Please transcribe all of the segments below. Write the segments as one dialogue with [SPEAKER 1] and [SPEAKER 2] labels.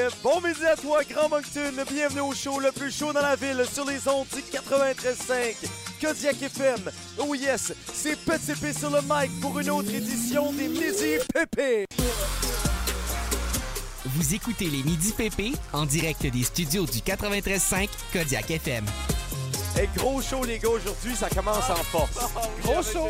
[SPEAKER 1] Salut à toi, Grand Moncton. Bienvenue au show le plus chaud dans la ville sur les ondes du 93.5. Kodiak FM. Oh yes, c'est Petit P sur le mic pour une autre édition des Midi Pépé.
[SPEAKER 2] Vous écoutez les Midi PP en direct des studios du 93.5 Kodiak FM.
[SPEAKER 1] Et gros show, les gars, aujourd'hui, ça commence en force.
[SPEAKER 3] Gros show.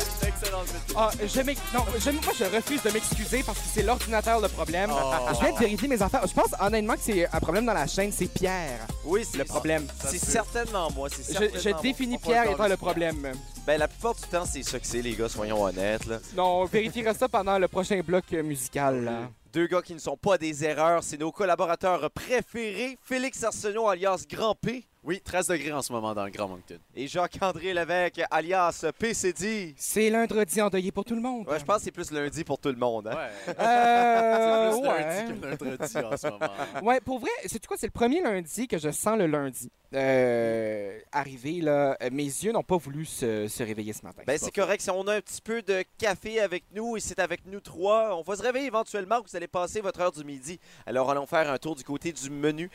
[SPEAKER 3] Ah, je m'ex- non, je, moi, je refuse de m'excuser parce que c'est l'ordinateur le problème.
[SPEAKER 1] Oh.
[SPEAKER 3] Je viens de vérifier mes affaires. Je pense honnêtement que c'est un problème dans la chaîne. C'est Pierre
[SPEAKER 1] Oui, c'est
[SPEAKER 3] le problème.
[SPEAKER 1] C'est certainement moi, c'est
[SPEAKER 3] Je,
[SPEAKER 1] certainement
[SPEAKER 3] je
[SPEAKER 1] moi.
[SPEAKER 3] définis
[SPEAKER 1] On pourrait
[SPEAKER 3] Pierre
[SPEAKER 1] parler
[SPEAKER 3] étant
[SPEAKER 1] de
[SPEAKER 3] le problème.
[SPEAKER 1] Ben, la plupart du temps, c'est ça que c'est, les gars, soyons honnêtes. Là.
[SPEAKER 3] Non, on vérifiera ça pendant le prochain bloc euh, musical. là.
[SPEAKER 1] Deux gars qui ne sont pas des erreurs, c'est nos collaborateurs préférés, Félix Arsenault, alias Grand P,
[SPEAKER 4] Oui, 13 degrés en ce moment dans le Grand Moncton.
[SPEAKER 1] et Jacques-André Lévesque, alias PCD.
[SPEAKER 3] C'est lundi endeuillé pour tout le monde.
[SPEAKER 1] Ouais, je pense que c'est plus lundi pour tout le monde. Hein?
[SPEAKER 4] Ouais.
[SPEAKER 3] Euh,
[SPEAKER 4] c'est plus
[SPEAKER 3] ouais.
[SPEAKER 4] lundi que lundi en ce moment.
[SPEAKER 3] Ouais, pour vrai, c'est quoi? C'est le premier lundi que je sens le lundi euh, arriver. Là, Euh, mes yeux n'ont pas voulu se, se réveiller ce matin.
[SPEAKER 1] Ben, c'est correct, si on a un petit peu de café avec nous et c'est avec nous trois, on va se réveiller éventuellement, vous allez passer votre heure du midi. Alors allons faire un tour du côté du menu.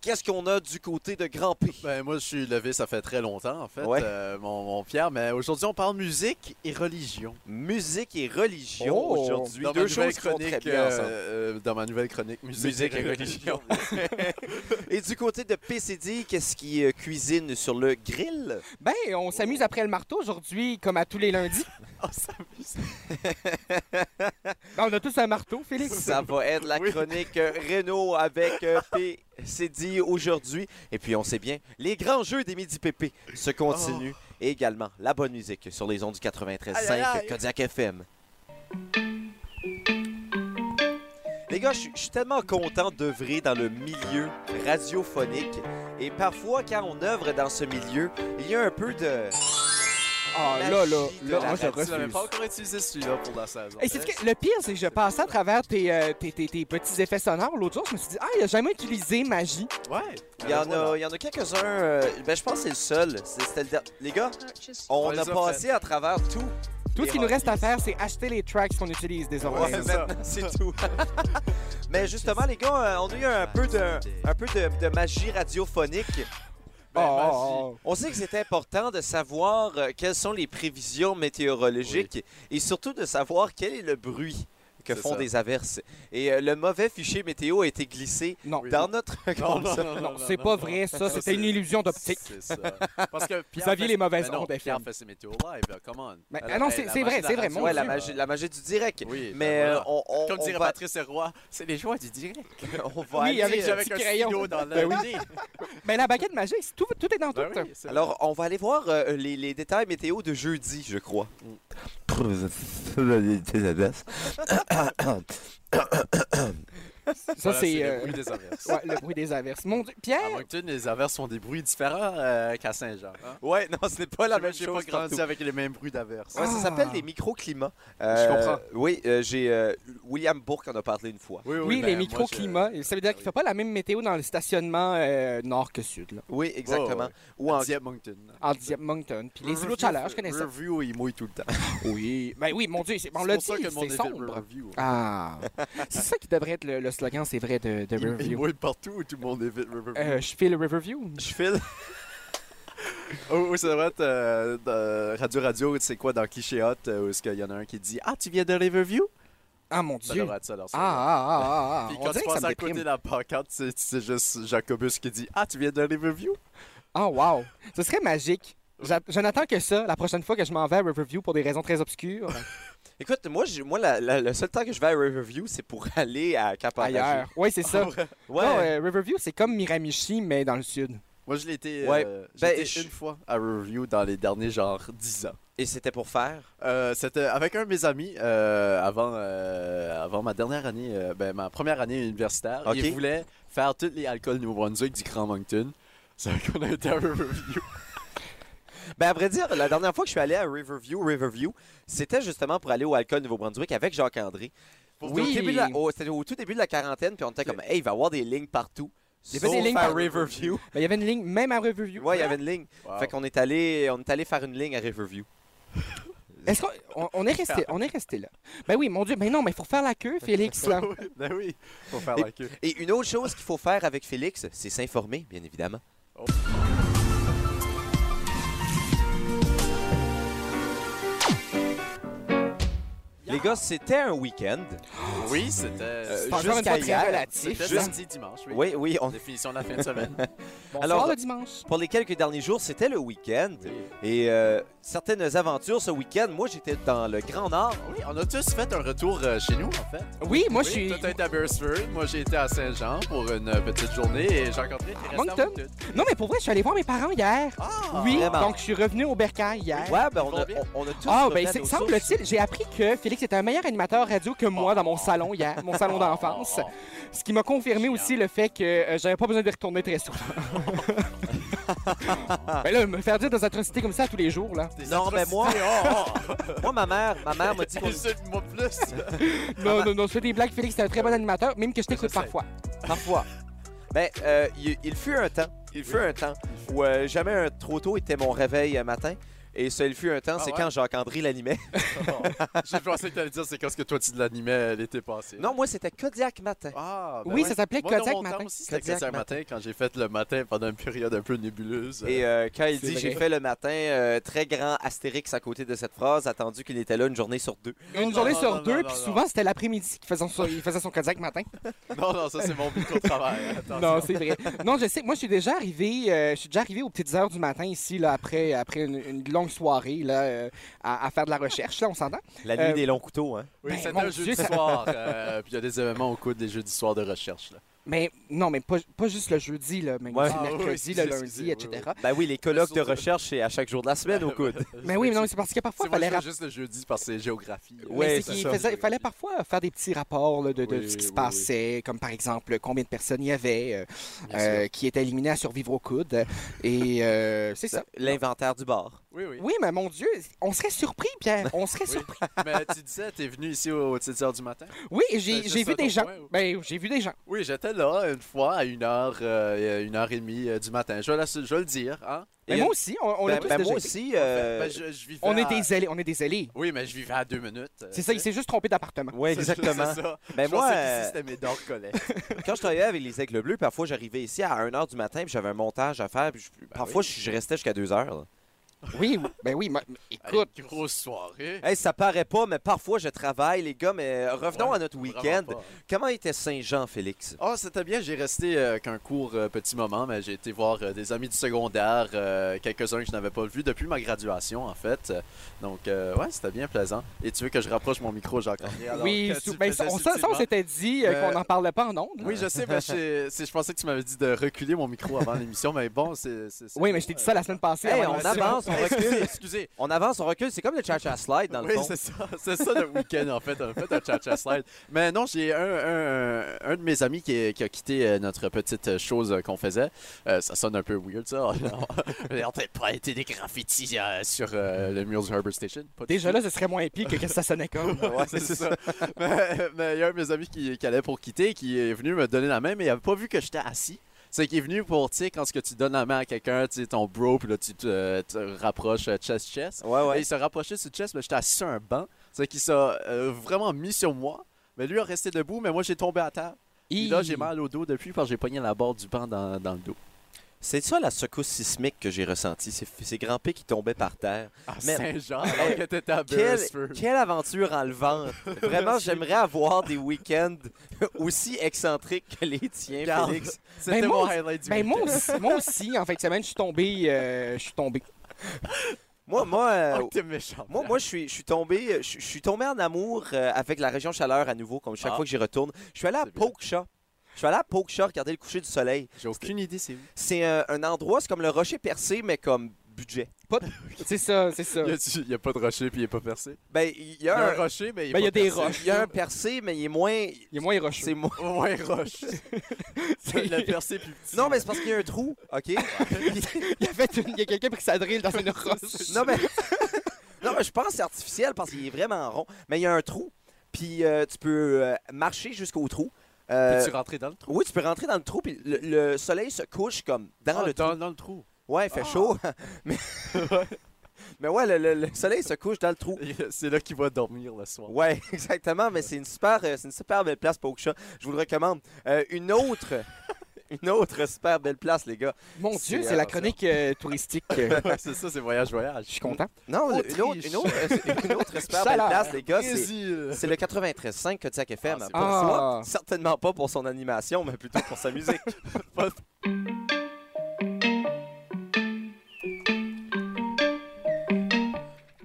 [SPEAKER 1] Qu'est-ce qu'on a du côté de Grand P?
[SPEAKER 4] Ben, moi, je suis levé, ça fait très longtemps, en fait,
[SPEAKER 1] Ouais.
[SPEAKER 4] euh, mon, mon Pierre. Mais aujourd'hui, on parle musique et religion.
[SPEAKER 1] Musique et religion
[SPEAKER 3] Oh!
[SPEAKER 1] aujourd'hui.
[SPEAKER 4] Dans ma
[SPEAKER 1] Deux
[SPEAKER 4] nouvelle
[SPEAKER 1] choses qui vont très
[SPEAKER 4] chronique,
[SPEAKER 1] bien
[SPEAKER 4] euh,
[SPEAKER 1] ensemble.
[SPEAKER 4] euh, dans ma nouvelle chronique, musique,
[SPEAKER 1] Musique et religion. et du côté de PCD, qu'est-ce qui euh, cuisine sur le grill?
[SPEAKER 3] Ben, on s'amuse après le marteau aujourd'hui, comme à tous les lundis.
[SPEAKER 4] On s'amuse.
[SPEAKER 3] Ben, on a tous un marteau, Félix.
[SPEAKER 1] Ça va être la
[SPEAKER 4] Oui.
[SPEAKER 1] chronique euh, Renault avec euh, PCD aujourd'hui. Et puis, on sait bien, les grands jeux des Midi PP se continuent. Et également, la bonne musique sur les ondes du
[SPEAKER 4] Oh. Aïe, aïe,
[SPEAKER 1] 93.5
[SPEAKER 4] aïe.
[SPEAKER 1] Kodiak FM. Les gars, je suis- je suis tellement content d'œuvrer dans le milieu radiophonique. Et parfois, quand on œuvre dans ce milieu, il y a un peu de...
[SPEAKER 3] Ah,
[SPEAKER 1] La
[SPEAKER 3] là,
[SPEAKER 1] vie de
[SPEAKER 3] là,
[SPEAKER 1] la
[SPEAKER 3] là, moi, je
[SPEAKER 4] Tu l'avais
[SPEAKER 3] refuse.
[SPEAKER 4] pas encore utilisé celui-là pour la saison.
[SPEAKER 3] Et c'est que le pire, c'est que je passais à travers tes, euh, tes, tes- tes petits effets sonores l'autre jour. Je me suis dit, ah, il a jamais utilisé magie.
[SPEAKER 4] Ouais.
[SPEAKER 1] Il y en
[SPEAKER 4] Ah, ben Voilà.
[SPEAKER 1] a, il y en a quelques-uns. euh, ben, je pense que c'est le seul. C'est- c'était le der- Les gars, on,
[SPEAKER 4] On les
[SPEAKER 1] a
[SPEAKER 4] a fait.
[SPEAKER 1] passé à travers tout.
[SPEAKER 3] Tout ce
[SPEAKER 1] Les
[SPEAKER 3] qu'il nous reste à
[SPEAKER 1] Rockies.
[SPEAKER 3] faire, c'est acheter les tracks qu'on utilise
[SPEAKER 1] Ouais,
[SPEAKER 3] désormais.
[SPEAKER 4] c'est ça.
[SPEAKER 1] maintenant, c'est tout. Mais justement, les gars, euh, on a eu un peu de, un peu de, de magie radiophonique.
[SPEAKER 3] Oh,
[SPEAKER 4] Ben,
[SPEAKER 3] oh,
[SPEAKER 4] magie.
[SPEAKER 3] oh.
[SPEAKER 1] On sait que c'est important de savoir euh, quelles sont les prévisions météorologiques et surtout de savoir quel est le bruit que
[SPEAKER 4] C'est
[SPEAKER 1] font
[SPEAKER 4] ça.
[SPEAKER 1] des averses. Et euh, le mauvais fichier météo a été glissé
[SPEAKER 3] Non,
[SPEAKER 4] Oui.
[SPEAKER 1] dans notre
[SPEAKER 4] Non, non,
[SPEAKER 1] console.
[SPEAKER 4] non, non,
[SPEAKER 3] non, c'est
[SPEAKER 4] non,
[SPEAKER 3] pas
[SPEAKER 4] non.
[SPEAKER 3] vrai, ça.
[SPEAKER 4] Ça,
[SPEAKER 3] C'était une
[SPEAKER 4] c'est-
[SPEAKER 3] illusion d'optique.
[SPEAKER 4] C'est ça. Parce que Pierre
[SPEAKER 3] aviez
[SPEAKER 4] fait-
[SPEAKER 3] les mauvaises
[SPEAKER 4] Mais non,
[SPEAKER 3] ondes
[SPEAKER 4] Pierre
[SPEAKER 3] FM.
[SPEAKER 4] fait ses météos live, come on.
[SPEAKER 3] Mais-
[SPEAKER 4] Elle-
[SPEAKER 3] ah non,
[SPEAKER 4] elle-
[SPEAKER 3] c'est-
[SPEAKER 4] la
[SPEAKER 3] c'est
[SPEAKER 4] magie
[SPEAKER 3] vrai,
[SPEAKER 4] de
[SPEAKER 3] c'est vrai,
[SPEAKER 4] radio,
[SPEAKER 3] mon
[SPEAKER 1] Ouais, la
[SPEAKER 3] Dieu.
[SPEAKER 1] magie, la magie du direct.
[SPEAKER 4] Oui, ben
[SPEAKER 1] Mais
[SPEAKER 4] voilà.
[SPEAKER 1] euh, on, on-
[SPEAKER 4] Comme
[SPEAKER 1] on
[SPEAKER 4] dirait
[SPEAKER 1] va,
[SPEAKER 4] Patrice Roy, c'est les joies du direct.
[SPEAKER 1] on va aller,
[SPEAKER 3] Oui, avec-
[SPEAKER 1] euh,
[SPEAKER 3] un petit crayon.
[SPEAKER 4] stylo dans
[SPEAKER 3] Ben
[SPEAKER 4] le
[SPEAKER 3] oui.
[SPEAKER 4] nez.
[SPEAKER 3] Mais Ben, la baguette magique, c'est tout, tout est dans tout.
[SPEAKER 4] Ben oui, c'est-
[SPEAKER 1] Alors, on va aller voir euh, les, les détails météo de jeudi, je crois.
[SPEAKER 3] Ça,
[SPEAKER 4] Voilà,
[SPEAKER 3] c'est
[SPEAKER 4] le
[SPEAKER 3] euh,
[SPEAKER 4] bruit des Ah, averses.
[SPEAKER 3] ouais, le bruit des averses. Mon Dieu,
[SPEAKER 4] À
[SPEAKER 3] Pierre,
[SPEAKER 4] Moncton, les averses sont des bruits différents euh, qu'à Saint-Jean. hein.
[SPEAKER 1] Ouais, non, ce n'est pas la
[SPEAKER 4] J'ai-
[SPEAKER 1] même
[SPEAKER 4] j'ai
[SPEAKER 1] chose.
[SPEAKER 4] pas grandi
[SPEAKER 1] partout.
[SPEAKER 4] avec les mêmes bruits d'averses.
[SPEAKER 1] Ouais, ça
[SPEAKER 3] Ah.
[SPEAKER 1] s'appelle des microclimats.
[SPEAKER 4] Je comprends.
[SPEAKER 1] Oui, euh, j'ai euh, William Bourque en a parlé une fois.
[SPEAKER 3] oui, les
[SPEAKER 4] ben,
[SPEAKER 3] microclimats, ça veut dire qu'il
[SPEAKER 4] oui.
[SPEAKER 3] ne fait pas la même météo dans le stationnement euh, nord que sud. Là.
[SPEAKER 1] Oui, exactement. Ou en
[SPEAKER 4] Ou en Moncton.
[SPEAKER 3] En
[SPEAKER 4] Ben,
[SPEAKER 3] Dieppe, Moncton, puis Ah, les îlots de chaleur, je connais ça.
[SPEAKER 4] Review, il mouille tout le temps.
[SPEAKER 3] Oui, ben oui, mon Dieu, c'est- on
[SPEAKER 4] C'est
[SPEAKER 3] l'a dit,
[SPEAKER 4] pour ça que le monde
[SPEAKER 3] c'est
[SPEAKER 4] était
[SPEAKER 3] sombre.
[SPEAKER 4] Review.
[SPEAKER 3] Ah, c'est ça qui devrait être le, le slogan, c'est vrai, de, de
[SPEAKER 4] Il, il
[SPEAKER 3] Riverview.
[SPEAKER 4] mouille partout, tout le monde évite Riverview.
[SPEAKER 3] Euh, je fais le Riverview.
[SPEAKER 1] je file.
[SPEAKER 4] Oh, oui, ça devrait être euh, dans Radio Radio, c'est quoi, dans Cliché Hot, euh, où est-ce qu'il y en a un qui dit Ah, tu viens de Riverview
[SPEAKER 3] Ah, mon
[SPEAKER 4] Ça
[SPEAKER 3] Dieu.
[SPEAKER 4] devrait être ça, leur
[SPEAKER 3] Ah, ah, ah, ah, ah.
[SPEAKER 4] Puis
[SPEAKER 3] On
[SPEAKER 4] quand tu
[SPEAKER 3] dirait que
[SPEAKER 4] passes
[SPEAKER 3] ça me
[SPEAKER 4] à côté de
[SPEAKER 3] déprime.
[SPEAKER 4] la pancarte, c'est c'est juste Jacobus qui dit Ah, tu viens de Riverview
[SPEAKER 3] Ah, wow. Ce serait magique. J'a- Je n'attends que ça la prochaine fois que je m'en vais à Riverview pour des raisons très obscures.
[SPEAKER 1] Écoute, moi, j'ai- moi la- la- le seul temps que je vais à Riverview, c'est pour aller à cap
[SPEAKER 3] ailleurs. Oui, c'est ça.
[SPEAKER 1] Ouais.
[SPEAKER 3] Non, euh, Riverview, c'est comme Miramichi, mais dans le sud.
[SPEAKER 4] Moi, je l'ai été,
[SPEAKER 1] Ouais,
[SPEAKER 4] euh, j'ai
[SPEAKER 1] ben,
[SPEAKER 4] été
[SPEAKER 1] je-
[SPEAKER 4] une fois à Riverview dans les derniers, genre, 10 ans.
[SPEAKER 1] Et c'était pour faire.
[SPEAKER 4] Euh, C'était avec un de mes amis euh, avant, euh, avant ma dernière année, euh, ben, ma première année universitaire.
[SPEAKER 1] Ok.
[SPEAKER 4] Il voulait faire tous les alcools Nouveau-Brunswick du Grand Moncton. C'est vrai qu'on a été à Riverview.
[SPEAKER 1] Ben, à vrai dire, la dernière fois que je suis allé à Riverview, Riverview, c'était justement pour aller au Alcool Nouveau-Brunswick avec Jacques-André.
[SPEAKER 4] Pour
[SPEAKER 3] Oui.
[SPEAKER 1] C'était au début de la- au- C'était au tout début de la quarantaine, puis on était comme, hey, il va y avoir des lignes partout.
[SPEAKER 3] Il y avait des
[SPEAKER 1] sauf
[SPEAKER 3] lignes
[SPEAKER 1] à
[SPEAKER 3] partout.
[SPEAKER 1] Riverview.
[SPEAKER 3] Mais il y avait une ligne, même à Riverview.
[SPEAKER 1] Ouais, il y avait une ligne.
[SPEAKER 4] Wow.
[SPEAKER 1] Fait qu'on est allé, on est allé faire une ligne à Riverview.
[SPEAKER 3] Est-ce qu'on on- on est resté, on est resté là? Ben oui, mon Dieu, mais non, mais il faut faire la queue, Félix. là.
[SPEAKER 4] Oui, ben oui, pour faire la queue.
[SPEAKER 1] Et une autre chose qu'il faut faire avec Félix, c'est s'informer, bien évidemment.
[SPEAKER 3] Oh.
[SPEAKER 1] Les gars, c'était un week-end.
[SPEAKER 4] Oui, c'était
[SPEAKER 1] Euh,
[SPEAKER 3] C'est encore une
[SPEAKER 1] jusqu'à
[SPEAKER 3] fois très
[SPEAKER 1] hier,
[SPEAKER 3] relatif.
[SPEAKER 4] c'était
[SPEAKER 3] Juste...
[SPEAKER 4] samedi dimanche. Oui.
[SPEAKER 1] Oui, oui, on...
[SPEAKER 4] Définition de la fin de semaine.
[SPEAKER 1] Alors-
[SPEAKER 3] le dimanche.
[SPEAKER 1] pour les quelques derniers jours, c'était le week-end.
[SPEAKER 4] oui.
[SPEAKER 1] Et euh, certaines aventures ce week-end, moi j'étais dans le Grand Nord.
[SPEAKER 4] Oui, on a tous fait un retour euh, chez nous, en fait.
[SPEAKER 3] Oui, moi, je
[SPEAKER 4] Oui,
[SPEAKER 3] suis...
[SPEAKER 4] Toi, t'as été à Beresford. Moi, j'ai été à Saint-Jean pour une euh, petite journée et Jean-Cantré était
[SPEAKER 3] À
[SPEAKER 4] resté
[SPEAKER 3] Moncton. Non, mais pour vrai, je suis allé voir mes parents hier.
[SPEAKER 4] Ah!
[SPEAKER 3] oui,
[SPEAKER 1] vraiment.
[SPEAKER 3] donc je suis revenu au bercail hier.
[SPEAKER 1] Ouais, ben
[SPEAKER 4] Ils
[SPEAKER 1] on
[SPEAKER 4] vont
[SPEAKER 1] a,
[SPEAKER 4] bien?
[SPEAKER 1] on, on a tous.
[SPEAKER 3] Ah,
[SPEAKER 1] revenu
[SPEAKER 3] ben,
[SPEAKER 1] à
[SPEAKER 3] c'est-
[SPEAKER 1] nos
[SPEAKER 3] semble-t-il, j'ai appris que Félix était un meilleur animateur radio que moi dans mon salon hier, mon salon
[SPEAKER 4] Ah.
[SPEAKER 3] d'enfance. Ce qui m'a confirmé aussi le fait que euh, j'avais pas besoin de retourner très souvent. ben là, me faire dire des atrocités comme ça tous les jours, là.
[SPEAKER 4] Des
[SPEAKER 1] Non, mais moi-
[SPEAKER 4] atrocités. Oh, oh.
[SPEAKER 1] sources. Moi, ma mère, ma mère m'a dit qu'on
[SPEAKER 4] Insulte-moi plus.
[SPEAKER 3] Non, non, non, c'est des blagues. Félix était un très bon animateur, même que je t'écoute
[SPEAKER 4] ben. sais.
[SPEAKER 3] parfois.
[SPEAKER 1] Parfois. Ben, euh, il, il fut un temps, il fut un temps où euh, jamais un trop tôt était mon réveil euh, matin. Et ça, il fut un temps,
[SPEAKER 4] Ah
[SPEAKER 1] c'est
[SPEAKER 4] ouais?
[SPEAKER 1] quand Jacques-André l'animait.
[SPEAKER 4] J'ai pensé que t'allais dire c'est quand ce que toi, tu l'animais euh, l'été passé.
[SPEAKER 1] non, moi, c'était Kodiak matin.
[SPEAKER 4] Ah, ben
[SPEAKER 3] oui,
[SPEAKER 4] ouais.
[SPEAKER 3] ça s'appelait
[SPEAKER 4] Moi, dans
[SPEAKER 3] Kodiak
[SPEAKER 4] mon temps
[SPEAKER 3] Matin.
[SPEAKER 4] aussi, c'était
[SPEAKER 1] Kodiak
[SPEAKER 4] Kodiak matin quand j'ai fait le matin pendant une période un peu nébuleuse.
[SPEAKER 1] Et euh, quand il
[SPEAKER 3] Ah, C'est
[SPEAKER 1] dit j'ai
[SPEAKER 3] vrai.
[SPEAKER 1] fait le matin, euh, très grand astérix à côté de cette phrase, attendu qu'il était là une journée sur deux.
[SPEAKER 3] Une
[SPEAKER 4] non,
[SPEAKER 3] journée
[SPEAKER 4] non,
[SPEAKER 3] sur
[SPEAKER 4] non,
[SPEAKER 3] deux,
[SPEAKER 4] non,
[SPEAKER 3] puis
[SPEAKER 4] non,
[SPEAKER 3] souvent c'était l'après-midi qu'il faisait son, il faisait son Kodiak Matin.
[SPEAKER 4] Non, non, ça c'est mon but au travail. Attention.
[SPEAKER 3] Non, c'est vrai. Non, je sais. Moi, je suis déjà arrivé. euh, je suis déjà arrivé aux petites heures du matin ici, là, après, après une, une longue soirée, là, euh, à, à faire de la recherche. Là, on s'entend.
[SPEAKER 1] La nuit
[SPEAKER 3] Euh,
[SPEAKER 1] des longs couteaux, hein.
[SPEAKER 4] Oui,
[SPEAKER 3] Ben,
[SPEAKER 4] c'était
[SPEAKER 3] mon
[SPEAKER 4] un
[SPEAKER 3] Dieu,
[SPEAKER 4] jeudi
[SPEAKER 3] ça-
[SPEAKER 4] soir. euh, puis il y a des événements au cours des jeudis soirs de recherche. Là.
[SPEAKER 3] Mais non, mais pas, pas juste le jeudi, là, mais
[SPEAKER 1] Ouais.
[SPEAKER 3] aussi
[SPEAKER 4] Ah,
[SPEAKER 3] le
[SPEAKER 4] oui,
[SPEAKER 3] mercredi, le
[SPEAKER 4] excusez,
[SPEAKER 3] lundi,
[SPEAKER 4] excusez,
[SPEAKER 3] etc.
[SPEAKER 1] Ben oui, les colloques de
[SPEAKER 4] surtout- Ben
[SPEAKER 1] recherche, c'est à chaque jour de la semaine au coude.
[SPEAKER 3] Mais Ben oui, mais non, mais c'est parce que parfois,
[SPEAKER 4] C'est
[SPEAKER 3] il
[SPEAKER 4] moi,
[SPEAKER 3] fallait,
[SPEAKER 4] je fais
[SPEAKER 3] rap-
[SPEAKER 4] juste le jeudi parce que c'est géographie.
[SPEAKER 3] mais
[SPEAKER 1] Ouais,
[SPEAKER 3] c'est
[SPEAKER 1] c'est
[SPEAKER 3] qu'il
[SPEAKER 1] ça.
[SPEAKER 3] faisait- il fallait parfois faire des petits rapports là, de, de
[SPEAKER 4] Oui,
[SPEAKER 3] ce qui se
[SPEAKER 4] oui,
[SPEAKER 3] passait, comme par exemple combien de personnes il y avait euh,
[SPEAKER 4] Bien
[SPEAKER 3] euh,
[SPEAKER 4] sûr.
[SPEAKER 3] qui étaient éliminées à survivre au coude. Et euh, c'est ça.
[SPEAKER 1] L'inventaire du bar.
[SPEAKER 4] Oui, oui.
[SPEAKER 3] Oui, mais mon Dieu, on serait surpris, Pierre. On serait
[SPEAKER 4] Oui.
[SPEAKER 3] surpris.
[SPEAKER 4] Mais tu disais, t'es venu ici au petites heures du matin?
[SPEAKER 3] Oui, j'ai
[SPEAKER 4] C'est juste
[SPEAKER 3] j'ai vu
[SPEAKER 4] un
[SPEAKER 3] des
[SPEAKER 4] bon
[SPEAKER 3] gens.
[SPEAKER 4] point, ou-
[SPEAKER 3] Ben, j'ai vu des gens.
[SPEAKER 4] Oui, j'étais là une fois à une heure, euh, une heure et demie euh, du matin. Je vais, la- je vais le dire. Hein?
[SPEAKER 3] Mais
[SPEAKER 1] Et
[SPEAKER 3] moi
[SPEAKER 1] il-
[SPEAKER 3] aussi, on, on l'a
[SPEAKER 1] Ben,
[SPEAKER 3] tous
[SPEAKER 1] ben
[SPEAKER 3] déjà
[SPEAKER 1] moi
[SPEAKER 3] été.
[SPEAKER 1] aussi, euh,
[SPEAKER 4] Ben, je, je vivais
[SPEAKER 3] On
[SPEAKER 4] à-
[SPEAKER 3] est des ailés, on est des ailés.
[SPEAKER 4] Oui, mais je vivais à deux minutes. euh,
[SPEAKER 3] C'est ça, il s'est juste trompé d'appartement.
[SPEAKER 1] ouais,
[SPEAKER 4] c'est-
[SPEAKER 1] exactement.
[SPEAKER 4] c'est ça.
[SPEAKER 1] Ben
[SPEAKER 4] je
[SPEAKER 1] moi,
[SPEAKER 4] pensais
[SPEAKER 1] euh,
[SPEAKER 4] qu'ici, c'était mes dents collées.
[SPEAKER 1] Quand je travaillais avec les Aigles Bleus, parfois j'arrivais ici à 1h du matin, puis j'avais un montage à faire, puis je-
[SPEAKER 4] Ben
[SPEAKER 1] parfois je- je restais jusqu'à 2h.
[SPEAKER 3] Oui, oui, ben oui, moi- écoute.
[SPEAKER 4] Une grosse soirée.
[SPEAKER 1] Hey, ça paraît pas, mais parfois je travaille, les gars, mais euh, revenons
[SPEAKER 4] Ouais,
[SPEAKER 1] à notre week-end.
[SPEAKER 4] Vraiment pas.
[SPEAKER 1] Comment était Saint-Jean, Félix?
[SPEAKER 4] Ah, c'était bien. J'ai resté euh, qu'un court euh, petit moment, mais j'ai été voir euh, des amis du secondaire, euh, quelques-uns que je n'avais pas vus depuis ma graduation, en fait. Euh, Donc, euh, ouais, c'était bien plaisant. Et tu veux que je rapproche mon micro, jacques
[SPEAKER 3] oui, sou- ben, ça, on, ça, ça, on s'était dit euh,
[SPEAKER 4] Euh,
[SPEAKER 3] qu'on n'en parlait pas en ondes.
[SPEAKER 4] Oui, je sais, mais je, c'est- je pensais que tu m'avais dit de reculer mon micro avant l'émission, mais bon, c'est. c'est- c'est-
[SPEAKER 3] Oui, mais je t'ai dit ça la semaine passée.
[SPEAKER 1] Hey,
[SPEAKER 3] avant
[SPEAKER 1] on
[SPEAKER 3] l'émission.
[SPEAKER 1] avance, on
[SPEAKER 4] Excusez,
[SPEAKER 1] recule.
[SPEAKER 4] excusez.
[SPEAKER 1] On avance, on recule, c'est comme le cha-cha slide dans le
[SPEAKER 4] oui,
[SPEAKER 1] fond.
[SPEAKER 4] c'est ça. C'est ça le week-end, en fait. En fait, un cha-cha slide. Mais non, j'ai un, un, un de mes amis qui, est- qui a quitté euh, notre petite euh, chose euh, qu'on faisait. Euh, ça sonne un peu weird, ça. On n'a peut-être pas été des graffitis euh, sur euh, le mur du Harbor Station. Pas du
[SPEAKER 3] Déjà
[SPEAKER 4] tout.
[SPEAKER 3] là, ce serait moins épique que qu'est-ce que ça sonnait comme.
[SPEAKER 4] Ouais, c'est ça. mais mais il y a un de mes amis qui, qui allait pour quitter, qui est venu me donner la main, mais il avait pas vu que j'étais assis. C'est qu'il est venu pour, tu sais, quand ce que tu donnes la main à quelqu'un, tu sais, ton bro, puis là, tu te, euh, te rapproches chest-chest.
[SPEAKER 1] Ouais, ouais.
[SPEAKER 4] Il se rapprochait sur le chest, mais j'étais assis sur un banc. C'est qu'il s'est euh, vraiment mis sur moi. Mais lui a resté debout, mais moi, j'ai tombé à terre. Puis là, j'ai mal au dos depuis parce que j'ai pogné la barre du banc dans, dans le dos.
[SPEAKER 1] C'est ça la secousse sismique que j'ai ressentie, ces, ces grands pieds qui tombaient par terre.
[SPEAKER 4] Ah,
[SPEAKER 1] Mais-
[SPEAKER 4] Saint-Jean, alors que t'étais à
[SPEAKER 1] Quelle,
[SPEAKER 4] Beresford.
[SPEAKER 1] quelle aventure en levant! Vraiment, j'aimerais avoir des week-ends aussi excentriques que les tiens,
[SPEAKER 4] Garde.
[SPEAKER 1] Félix.
[SPEAKER 4] C'était
[SPEAKER 3] Ben,
[SPEAKER 4] mon
[SPEAKER 3] moi-
[SPEAKER 4] highlight du
[SPEAKER 3] Ben moi
[SPEAKER 4] week-end.
[SPEAKER 3] aussi, moi aussi, en fait, semaine, je suis tombé. euh, je suis tombé.
[SPEAKER 1] Moi, moi, euh,
[SPEAKER 4] Ah, t'es méchant.
[SPEAKER 1] Moi, moi, je suis, je suis tombé, je, je suis tombé en amour euh, avec la région chaleur à nouveau, comme chaque
[SPEAKER 4] Ah.
[SPEAKER 1] fois que j'y retourne. Je suis allé à
[SPEAKER 4] C'est bien.
[SPEAKER 1] Pokesha. Je suis allé à Pokesha regarder le coucher du soleil.
[SPEAKER 4] J'ai aucune idée c'est où.
[SPEAKER 1] C'est un, un endroit, c'est comme le rocher percé, mais comme budget.
[SPEAKER 3] C'est ça, c'est ça.
[SPEAKER 4] Il y a, il y a pas de rocher puis il est pas percé.
[SPEAKER 1] Ben, il y
[SPEAKER 4] Il y a
[SPEAKER 1] a
[SPEAKER 4] un
[SPEAKER 1] un,
[SPEAKER 4] rocher, mais il est
[SPEAKER 3] Ben, il y a
[SPEAKER 4] pas
[SPEAKER 3] des
[SPEAKER 4] percé.
[SPEAKER 3] roches.
[SPEAKER 1] il y a un percé, mais il est moins.
[SPEAKER 3] Il est moins rocheux.
[SPEAKER 1] C'est moins.
[SPEAKER 4] Ouais, roche. il a percé plus petit.
[SPEAKER 1] Non, mais c'est parce qu'il y a un trou, ok?
[SPEAKER 3] Il y, avait une- il y a quelqu'un qui s'adrille dans une roche.
[SPEAKER 1] non, mais. non, mais je pense que c'est artificiel parce qu'il est vraiment rond. Mais il y a un trou, puis euh, tu peux euh, marcher jusqu'au trou. Euh,
[SPEAKER 4] tu rentré dans le trou?
[SPEAKER 1] oui, tu peux rentrer dans le trou, puis le, le soleil se couche comme dans
[SPEAKER 4] Ah,
[SPEAKER 1] le trou.
[SPEAKER 4] dans, dans le trou.
[SPEAKER 1] Ouais, il fait
[SPEAKER 4] Ah.
[SPEAKER 1] chaud. mais... Mais ouais, le, le- le soleil se couche dans le trou.
[SPEAKER 4] C'est là qu'il va dormir le soir.
[SPEAKER 1] Ouais, exactement, mais c'est une super, euh, c'est une super belle place pour Oksha. Je vous le recommande. Euh, une autre, une autre super belle place, les gars.
[SPEAKER 3] Mon
[SPEAKER 1] C'est,
[SPEAKER 3] Dieu,
[SPEAKER 1] euh,
[SPEAKER 3] c'est la chronique euh, touristique. Euh,
[SPEAKER 4] Ouais, c'est ça, c'est voyage, voyage.
[SPEAKER 3] Je suis content.
[SPEAKER 1] Non, une autre, une autre, une autre super belle
[SPEAKER 3] Chaleur.
[SPEAKER 1] place, les gars, c'est
[SPEAKER 4] Brésil.
[SPEAKER 1] C'est le 93.5 Kodiak FM.
[SPEAKER 4] Ah, c'est
[SPEAKER 1] pour
[SPEAKER 3] bon.
[SPEAKER 1] soi,
[SPEAKER 3] Ah.
[SPEAKER 1] certainement pas pour son animation, mais plutôt pour sa musique.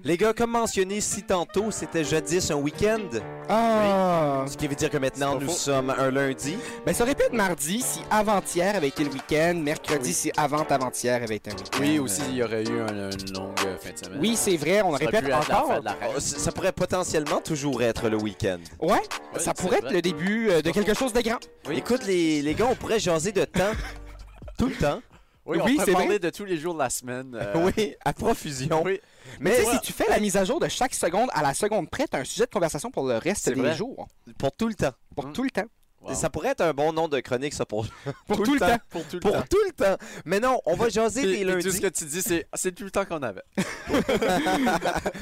[SPEAKER 1] Les gars, comme mentionné si tantôt, c'était jadis un week-end,
[SPEAKER 3] Ah!
[SPEAKER 1] ce qui veut dire que maintenant
[SPEAKER 4] C'est pas
[SPEAKER 1] nous
[SPEAKER 4] faux.
[SPEAKER 1] sommes un lundi.
[SPEAKER 3] Ben, ça aurait pu être mardi si avant-hier avait été le week-end, mercredi si avant-avant-hier avait été un week-end.
[SPEAKER 4] Oui, aussi, il y aurait eu un- une longue euh, fin de semaine.
[SPEAKER 3] Oui, c'est vrai, on le
[SPEAKER 4] Ça aurait
[SPEAKER 3] répète
[SPEAKER 4] pu être la fin
[SPEAKER 3] encore.
[SPEAKER 4] de la reine.
[SPEAKER 1] Oh, c- Ça pourrait potentiellement toujours être le week-end.
[SPEAKER 3] Ouais,
[SPEAKER 4] Ouais,
[SPEAKER 3] ça
[SPEAKER 4] c'est
[SPEAKER 3] pourrait être
[SPEAKER 4] vrai.
[SPEAKER 3] le début euh, de quelque chose de grand.
[SPEAKER 4] Oui.
[SPEAKER 1] Écoute, les, les gars, on pourrait jaser de temps tout le temps.
[SPEAKER 4] Oui, on
[SPEAKER 3] Oui,
[SPEAKER 4] peut
[SPEAKER 3] c'est
[SPEAKER 4] parler
[SPEAKER 3] vrai.
[SPEAKER 4] de tous les jours de la semaine. euh,
[SPEAKER 1] Oui, à profusion.
[SPEAKER 4] Oui.
[SPEAKER 3] Mais tu sais,
[SPEAKER 4] voilà.
[SPEAKER 3] si tu fais la mise à jour de chaque seconde à la seconde près, t'as un sujet de conversation pour le reste
[SPEAKER 4] C'est
[SPEAKER 3] des
[SPEAKER 4] vrai.
[SPEAKER 3] jours.
[SPEAKER 1] Pour tout le temps.
[SPEAKER 3] Pour
[SPEAKER 4] Mm.
[SPEAKER 3] tout le temps.
[SPEAKER 4] wow.
[SPEAKER 1] Ça pourrait être un bon nom de chronique, ça, pour
[SPEAKER 3] Pour tout, le temps.
[SPEAKER 4] Pour tout le
[SPEAKER 1] Pour
[SPEAKER 4] temps.
[SPEAKER 1] tout le temps. Mais non, on va jaser
[SPEAKER 4] Puis-
[SPEAKER 1] des
[SPEAKER 4] puis tout ce
[SPEAKER 1] lundis.
[SPEAKER 4] que tu dis, c'est ah, c'est tout le temps qu'on avait.